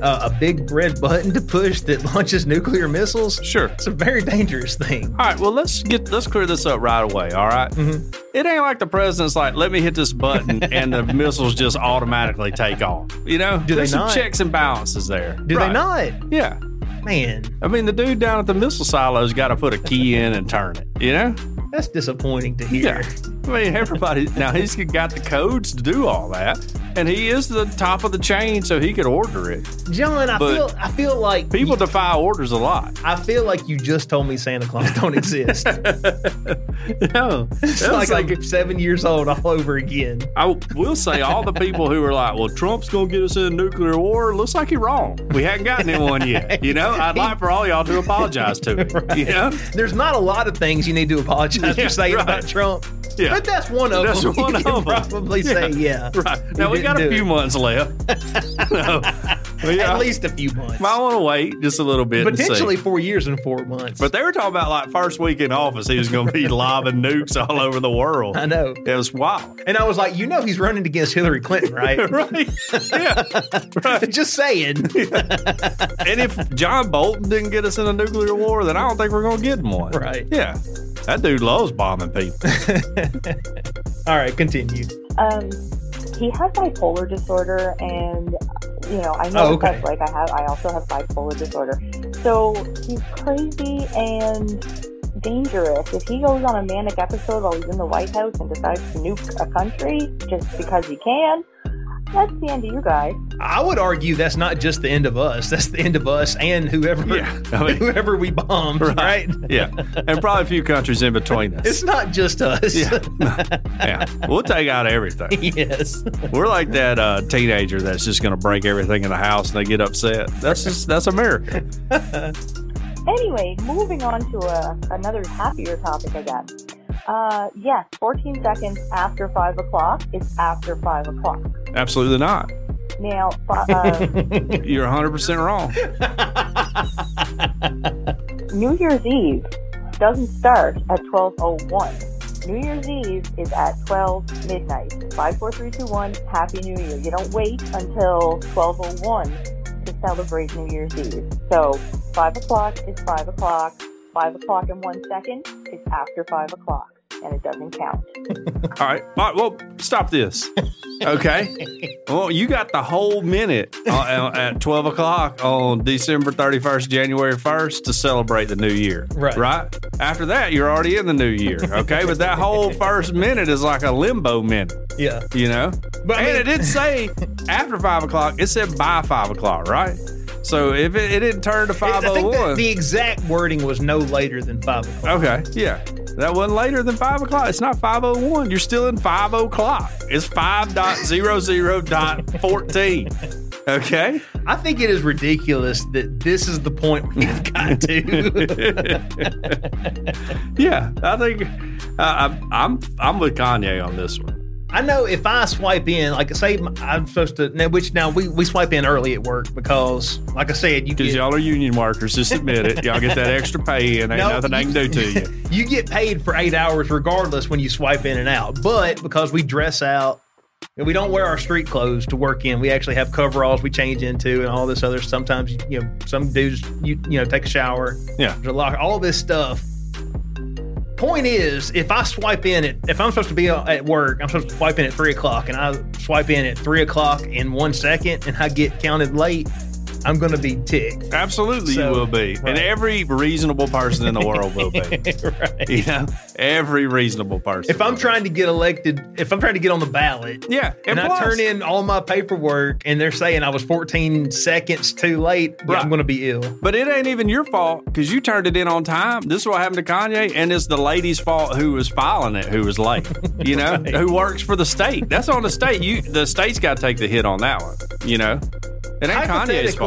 B: uh, a big red button to push that launches nuclear missiles,
C: Sure.
B: it's a very dangerous thing.
C: All right, well let's get let's clear this up right away. All right?
B: Mm-hmm.
C: it ain't like the president's like, let me hit this button and the missiles just automatically take off. You know,
B: they
C: there's
B: not?
C: some checks and balances there.
B: Do
C: Right.
B: they not?
C: Yeah,
B: Man,
C: I mean, the dude down at the missile silo's got to put a key in and turn it. You know?
B: that's disappointing to hear.
C: Yeah. I mean, everybody now he's got the codes to do all that, and he is the top of the chain, so he could order it.
B: John, I
C: But-
B: feel I feel like
C: People defy orders a lot.
B: I feel like you just told me Santa Claus don't exist.
C: Yeah,
B: it's like, I'm seven years old all over again.
C: I will say all the people who were like, "Well, Trump's gonna get us in a nuclear war," looks like you're wrong. We haven't gotten in one yet. You know, I'd like for all y'all to apologize to me. You know,
B: There's not a lot of things you need to apologize
C: Yeah,
B: for saying
C: right.
B: about Trump,
C: Yeah.
B: but that's one of
C: That's
B: them. You
C: one
B: can
C: of 'em.
B: probably
C: Yeah.
B: say, yeah.
C: right now we
B: didn't
C: got a
B: do
C: few
B: it.
C: months left. no. But yeah,
B: At least a few months.
C: I want to wait just a little bit. and see.
B: Potentially four years and four months.
C: But they were talking about like first week in office, he was going to be lobbing nukes all over the world.
B: I know.
C: It was wild,
B: And I was like, you know, he's running against Hillary Clinton, right?
C: right? yeah, right.
B: Just saying.
C: And if John Bolton didn't get us in a nuclear war, then I don't think we're going to get in one.
B: Right.
C: Yeah. That dude loves bombing people.
B: All right, continue.
D: Um, he has bipolar disorder, and you know, I know
B: Oh,
D: what that's
B: okay.
D: like I have, I also have bipolar disorder. So he's crazy and dangerous. If he goes on a manic episode while he's in the White House and decides to nuke a country just because he can, that's the end of you guys.
B: I would argue that's not just the end of us. That's the end of us and whoever
C: Yeah, I mean-
B: whoever we bombed, right?
C: Yeah. And probably a few countries in between
B: It's
C: us.
B: not just us.
C: Yeah. yeah. We'll take out everything.
B: yes.
C: We're like that uh, teenager that's just going to break everything in the house and they get upset. That's just, that's America.
D: Anyway, moving on to a, another happier topic again. Uh, yes, 14 seconds after 5 o'clock is after 5 o'clock.
C: Absolutely not.
D: Now, fi- uh,
C: You're 100% wrong.
D: New Year's Eve doesn't start at 12.01. New Year's Eve is at 12 midnight. 54321, Happy New Year. You don't wait until 12.01 to celebrate New Year's Eve. So 5 o'clock is 5 o'clock. 5 o'clock in one second is after 5 o'clock. And it doesn't count.
C: All right. All right. Well, stop this. Okay. Well, you got the whole minute uh, at 12 o'clock on December 31st, January 1st to celebrate the new year.
B: Right.
C: Right. After that, you're already in the new year. Okay. but that whole first minute is like a limbo minute,
B: yeah.
C: you know?
B: But I
C: and
B: mean-
C: it didn't say after five o'clock, it said by five o'clock, right? So if it, it didn't turn to
B: I think that
C: 501.
B: the exact wording was no later than oh 5 o'clock.
C: Okay, yeah. That wasn't later than 5 o'clock. It's not 501. You're still in 5 o'clock. It's 5.00.14. Okay?
B: I think it is ridiculous that this is the point we've got to.
C: Yeah, I think uh, I'm, I'm I'm with Kanye on this one.
B: I know if I swipe in, like say m- I'm supposed to, now, which now we, we swipe in early at work because, like I said, you
C: Because
B: get,
C: y'all are union workers. Just admit it. Y'all get that extra pay in. Ain't
B: No,
C: nothing I can do to you.
B: you get paid for eight hours regardless when you swipe in and out. But because we dress out and we don't wear our street clothes to work in, we actually have coveralls we change into and all this other. Sometimes you know some dudes you you know take a shower.
C: Yeah.
B: there's a lot all this stuff. Point is, if I swipe in at if I'm supposed to be at work, I'm supposed to swipe in at three o'clock, and I swipe in at three o'clock in one second, and I get counted late, I'm going to be ticked.
C: Absolutely,
B: So,
C: you will be.
B: right.
C: And every reasonable person in the world will be.
B: right.
C: You know? Every reasonable person.
B: If I'm
C: will be.
B: trying to get elected, if I'm trying to get on the ballot,
C: Yeah.
B: and, I
C: plus-
B: turn in all my paperwork and they're saying I was 14 seconds too late, yeah,
C: Right.
B: I'm going to be ill.
C: But it ain't even your fault because you turned it in on time. This is what happened to Kanye, and it's the lady's fault who was filing it, who was late. You know, who works for the state. That's on the state. You, the state's got to take the hit on that one. You know, it ain't Kanye's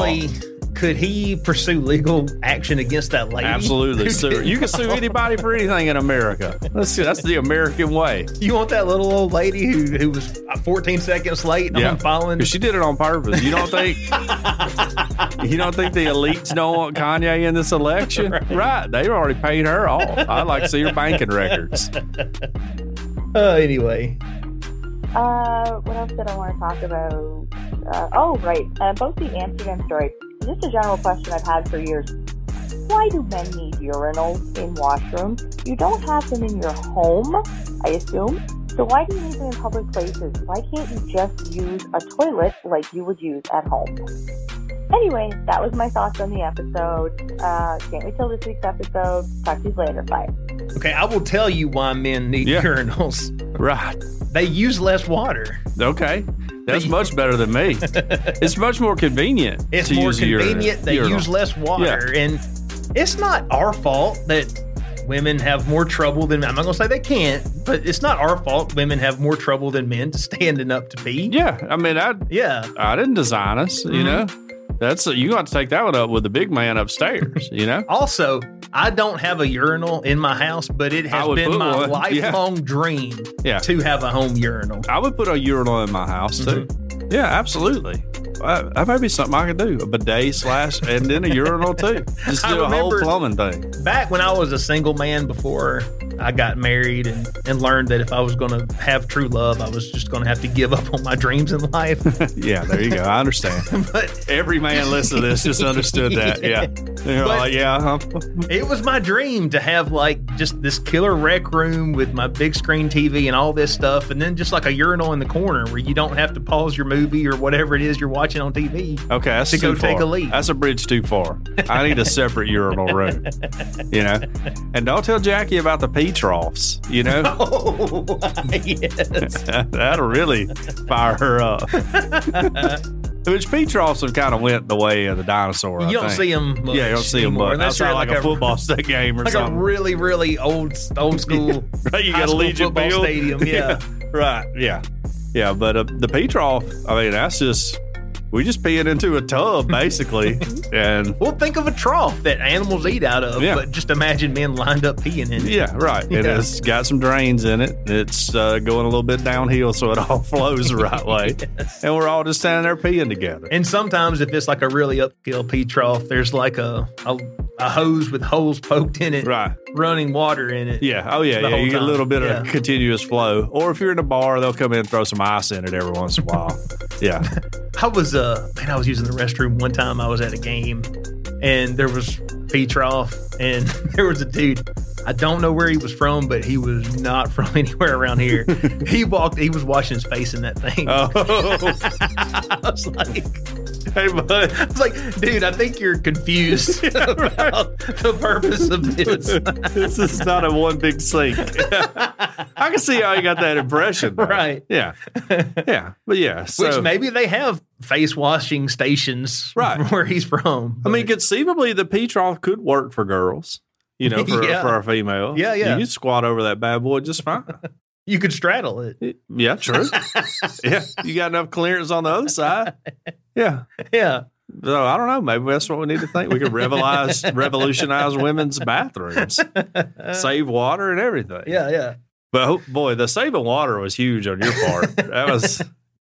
B: Hypothetically,
C: fault.
B: could he pursue legal action against that lady?
C: Absolutely, sue. You can sue anybody for anything in America. Let's see. That's the American way.
B: You want that little old lady who, who was 14 seconds late and I'm following?
C: 'Cause she did it on purpose. You don't think? you don't think the elites don't want Kanye in this election? Right? They've already paid her off. I'd like to see her banking records.
B: Uh, anyway,
D: Uh, what else did I want to talk about? Uh, oh, right. Uh, both the Amsterdam story. Just a general question I've had for years. Why do men need urinals in washrooms? You don't have them in your home, I assume. So why do you need them in public places? Why can't you just use a toilet like you would use at home? Anyway, that was my thoughts on the episode. Uh, can't wait till this week's episode. Talk to you later. Bye.
B: okay, I will tell you why men need
C: Yeah.
B: urinals.
C: Right.
B: They use less water.
C: Okay. That's much better than me. It's much more convenient.
B: It's
C: to
B: more
C: use a urinal-
B: convenient. they
C: urinal.
B: use less water, and it's not our fault that women have more trouble than. I'm not going to say they can't, but it's not our fault women have more trouble than men standing up to pee.
C: Yeah. I mean, I
B: Yeah.
C: I didn't design us.
B: Mm-hmm.
C: You know, that's you got to take that one up with the big man upstairs. You know.
B: Also, I don't have a urinal in my house, but it
C: I
B: has
C: would
B: been
C: put
B: my
C: one. Yeah.
B: lifelong dream
C: Yeah.
B: to have a home urinal.
C: I would put a urinal in my house too.
B: Mm-hmm.
C: Yeah, absolutely. Uh, that may be something I could do. A bidet slash and then a urinal too. Just
B: I
C: do a whole
B: remember-
C: plumbing thing.
B: Back when I was a single man before I got married and, and learned that if I was going to have true love, I was just going to have to give up on my dreams in life.
C: Yeah, there you go. I understand.
B: but
C: Every man listening to this just understood that. Yeah. They're
B: But-
C: like, yeah. huh?
B: It was my dream to have like just this killer rec room with my big screen TV and all this stuff, and then just like a urinal in the corner where you don't have to pause your movie or whatever it is you're watching on TV.
C: Okay, that's
B: to go
C: too
B: take
C: far.
B: a leak.
C: That's a bridge too far. I need a separate urinal room. You know, and don't tell Jackie about the pee troughs. You know,
B: Oh, yes.
C: that'll really fire her up. Which pee troughs have kind of went the way of the dinosaur. I
B: You don't
C: think.
B: see them. Much
C: Yeah, you don't see them
B: anymore,
C: much.
B: unless
C: Outside
B: you're
C: like, a football state game or
B: like a
C: something.
B: really, really old, old school.
C: right, you
B: high
C: got a
B: school
C: Legion
B: football
C: Field.
B: stadium. Yeah.
C: right. Yeah. Yeah, but uh, the pee trough. I mean, that's just We just pee it into a tub, basically. and
B: Well, think of a trough that animals eat out of,
C: Yeah.
B: but just imagine men lined up peeing in it.
C: yeah, right. It
B: Yeah.
C: has got some drains in it. It's uh, going a little bit downhill, so it all flows the right way.
B: Yes.
C: And we're all just standing there peeing together.
B: And sometimes, if it's like a really uphill pee trough, there's like a, a a hose with holes poked in it,
C: Right.
B: running water in it.
C: Yeah. Oh,
B: The
C: yeah. yeah.
B: whole
C: You get a
B: time.
C: little bit of
B: Yeah.
C: continuous flow. Or if you're in a bar, they'll come in and throw some ice in it every once in a while. yeah.
B: I was uh man, I was using the restroom one time. I was at a game, and there was pee trough, and there was a dude. I don't know where he was from, but he was not from anywhere around here. he walked. He was washing his face in that thing.
C: Oh,
B: I was like,
C: hey, bud.
B: I was like, dude, I think you're confused about the purpose of this.
C: this is not a one big sink. I can see how you got that impression. though.
B: Right.
C: Yeah. Yeah. But yeah. So,
B: Which maybe they have face washing stations
C: Right.
B: where he's from.
C: I
B: but-
C: mean, conceivably, the Petroff could work for girls, you know, for,
B: Yeah.
C: for a female.
B: Yeah, yeah.
C: You could squat over that bad boy just fine.
B: you could straddle it.
C: yeah, true. yeah. You got enough clearance on the other side. Yeah.
B: Yeah.
C: So I don't know. Maybe that's what we need to think. We could revelize, revolutionize women's bathrooms, save water and everything.
B: Yeah, yeah.
C: But ho- boy, the saving water was huge on your part. That was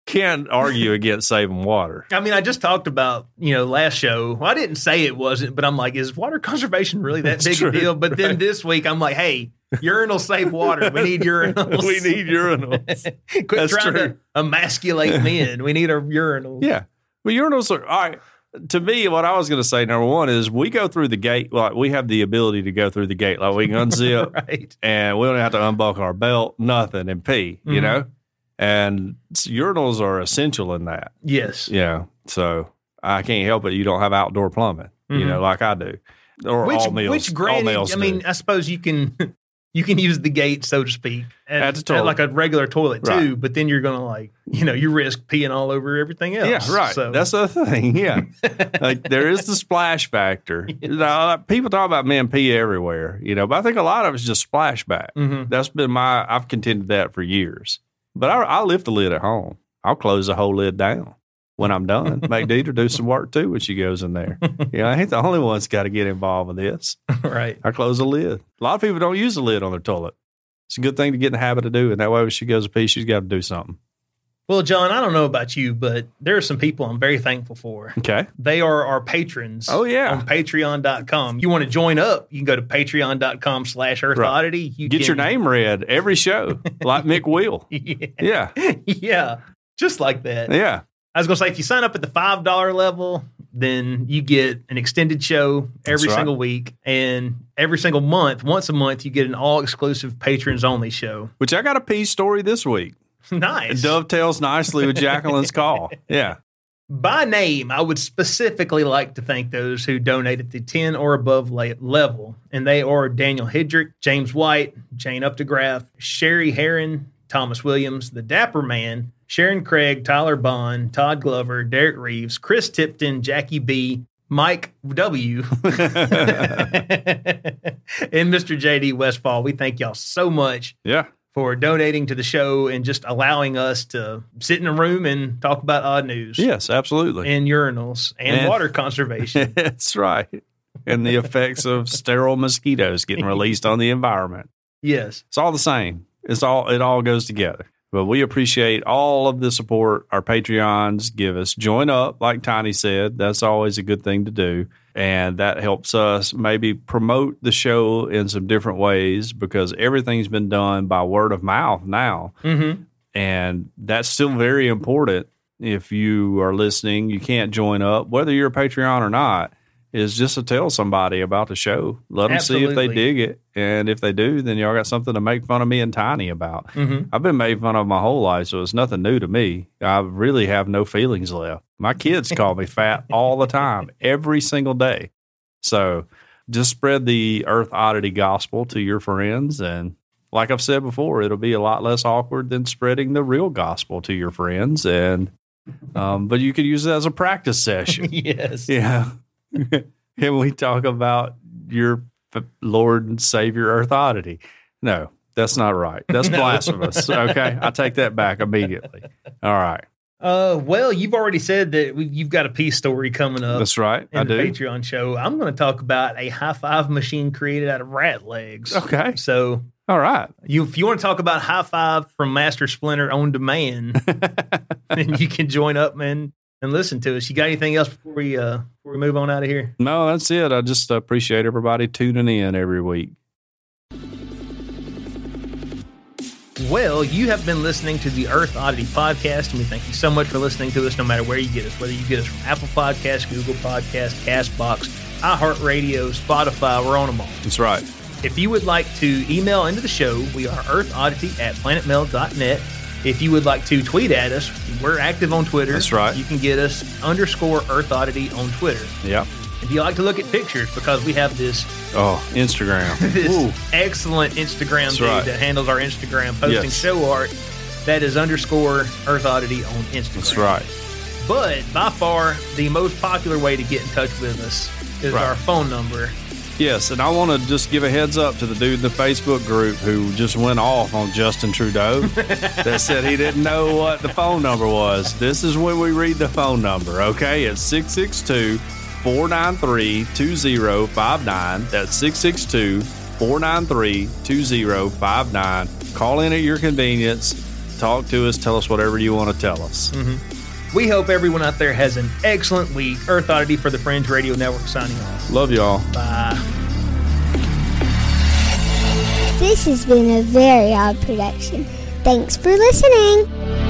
C: can't argue against saving water.
B: I mean, I just talked about, you know, last show. Well, I didn't say it wasn't, but I'm like, is water conservation really that
C: That's
B: big
C: true,
B: a deal? But then
C: right.
B: this week, I'm like, hey, urinals save water. We need urinals.
C: we need urinals.
B: Quit
C: that's
B: trying
C: true.
B: to emasculate men. We need our urinals.
C: Yeah. Well, urinals are all right. To me, what I was going to say, number one, is we go through the gate. Like we have the ability to go through the gate. Like we can unzip
B: Right.
C: and we don't have to unbuckle our belt, nothing, and pee. You
B: Mhm.
C: know, and s- urinals are essential in that.
B: Yes.
C: Yeah. So I can't help it. You don't have outdoor plumbing. You
B: Mhm.
C: know, like I do, or
B: which
C: all meals.
B: which
C: all
B: granted,
C: males
B: I
C: do.
B: mean, I suppose you can you can use the gate, so to speak,
C: At the toilet.
B: like a regular toilet too.
C: Right.
B: But then you're gonna like you know you risk peeing all over everything else.
C: Yeah, right.
B: So
C: That's the thing. Yeah, like there is the splash factor. Now, like, people talk about men pee everywhere, you know, but I think a lot of it's just splashback.
B: Mhm.
C: That's been my. I've contended that for years. But I, I lift the lid at home. I'll close the whole lid down when I'm done. Make Deidre do some work too when she goes in there. You know, I ain't the only one's got to get involved with this.
B: right.
C: I close the lid. A lot of people don't use the lid on their toilet. It's a good thing to get in the habit of doing. That way, when she goes to pee, she's got to do something.
B: Well, John, I don't know about you, but there are some people I'm very thankful for.
C: Okay.
B: They are our patrons.
C: Oh, yeah.
B: On patreon.com. You want to join up, you can go to patreon.com slash earth
C: Right.
B: oddity. You
C: Get your
B: can-
C: name read every show, like Mick Wheel. Yeah.
B: yeah. Just like that.
C: Yeah.
B: I was gonna say if you sign up at the five dollar level, then you get an extended show every
C: right.
B: single week, and every single month, once a month, you get an all exclusive patrons only show.
C: Which I got a pee story this week. It
B: nice.
C: dovetails nicely with Jacqueline's call. Yeah.
B: By name, I would specifically like to thank those who donate at the ten or above la- level, and they are Daniel Hidrick, James White, Jane Updegraff, Sherry Heron, Thomas Williams, the Dapper Man. Sharon Craig, Tyler Bond, Todd Glover, Derek Reeves, Chris Tipton, Jackie B, Mike W, and Mr. JD Westfall, we thank y'all so much
C: yeah.
B: for donating to the show and just allowing us to sit in a room and talk about odd news
C: Yes, absolutely.
B: and urinals and,
C: And-
B: water conservation.
C: That's right. And the effects of sterile mosquitoes getting released on the environment.
B: yes.
C: It's all the same. It's all it all goes together. But we appreciate all of the support our Patreons give us. Join up, like Tiny said. That's always a good thing to do. And that helps us maybe promote the show in some different ways because everything's been done by word of mouth now.
B: Mm-hmm.
C: And that's still very important. If you are listening, you can't join up, whether you're a Patreon or not, is just to tell somebody about the show. Let them see if they
B: Absolutely.
C: dig it. And if they do, then y'all got something to make fun of me and Tiny about.
B: Mm-hmm.
C: I've been made fun of my whole life, so it's nothing new to me. I really have no feelings left. My kids call me fat all the time, every single day. So just spread the earth oddity gospel to your friends. And like I've said before, it'll be a lot less awkward than spreading the real gospel to your friends. And, um, but you could use it as a practice session.
B: Yes.
C: Yeah. Can we talk about your f- Lord and Savior Earth oddity? No, that's not right. That's
B: No.
C: blasphemous. Okay. I take that back immediately. All right.
B: Uh, well, you've already said that we, you've got a peace story coming up
C: That's right.
B: Uh, in
C: I
B: the
C: do.
B: Patreon show. I'm going to talk about a high five machine created out of rat legs.
C: Okay.
B: So
C: All right.
B: you, if you want to talk about high five from Master Splinter on demand, then you can join up and and listen to us. You got anything else before we uh before we move on out of here?
C: No, that's it. I just appreciate everybody tuning in every week.
B: Well, you have been listening to the Earth Oddity Podcast, and we thank you so much for listening to us no matter where you get us, whether you get us from Apple Podcasts, Google Podcasts, Castbox, iHeartRadio, Spotify, we're on them all.
C: That's right.
B: If you would like to email into the show, we are earthoddity at planetmail.net. If you would like to tweet at us, we're active on Twitter.
C: That's right.
B: You can get us underscore earthoddity on Twitter.
C: Yeah.
B: If you like to look at pictures, because we have this
C: Oh, Instagram.
B: this
C: Ooh.
B: excellent Instagram
C: That's
B: dude
C: right.
B: that handles our Instagram posting
C: Yes.
B: show art. That is underscore Earth Oddity on Instagram.
C: That's right.
B: But by far, the most popular way to get in touch with us is
C: Right.
B: our phone number.
C: Yes, and I want to just give a heads up to the dude in the Facebook group who just went off on Justin Trudeau that said he didn't know what the phone number was. This is when we read the phone number, okay? It's 662 493 2059. That's 662 493 2059. Call in at your convenience. Talk to us. Tell us whatever you want to tell us.
B: We hope everyone out there has an excellent week. Earth Oddity for the Fringe Radio Network signing off.
C: Love y'all.
E: This has been a very odd production. Thanks for listening.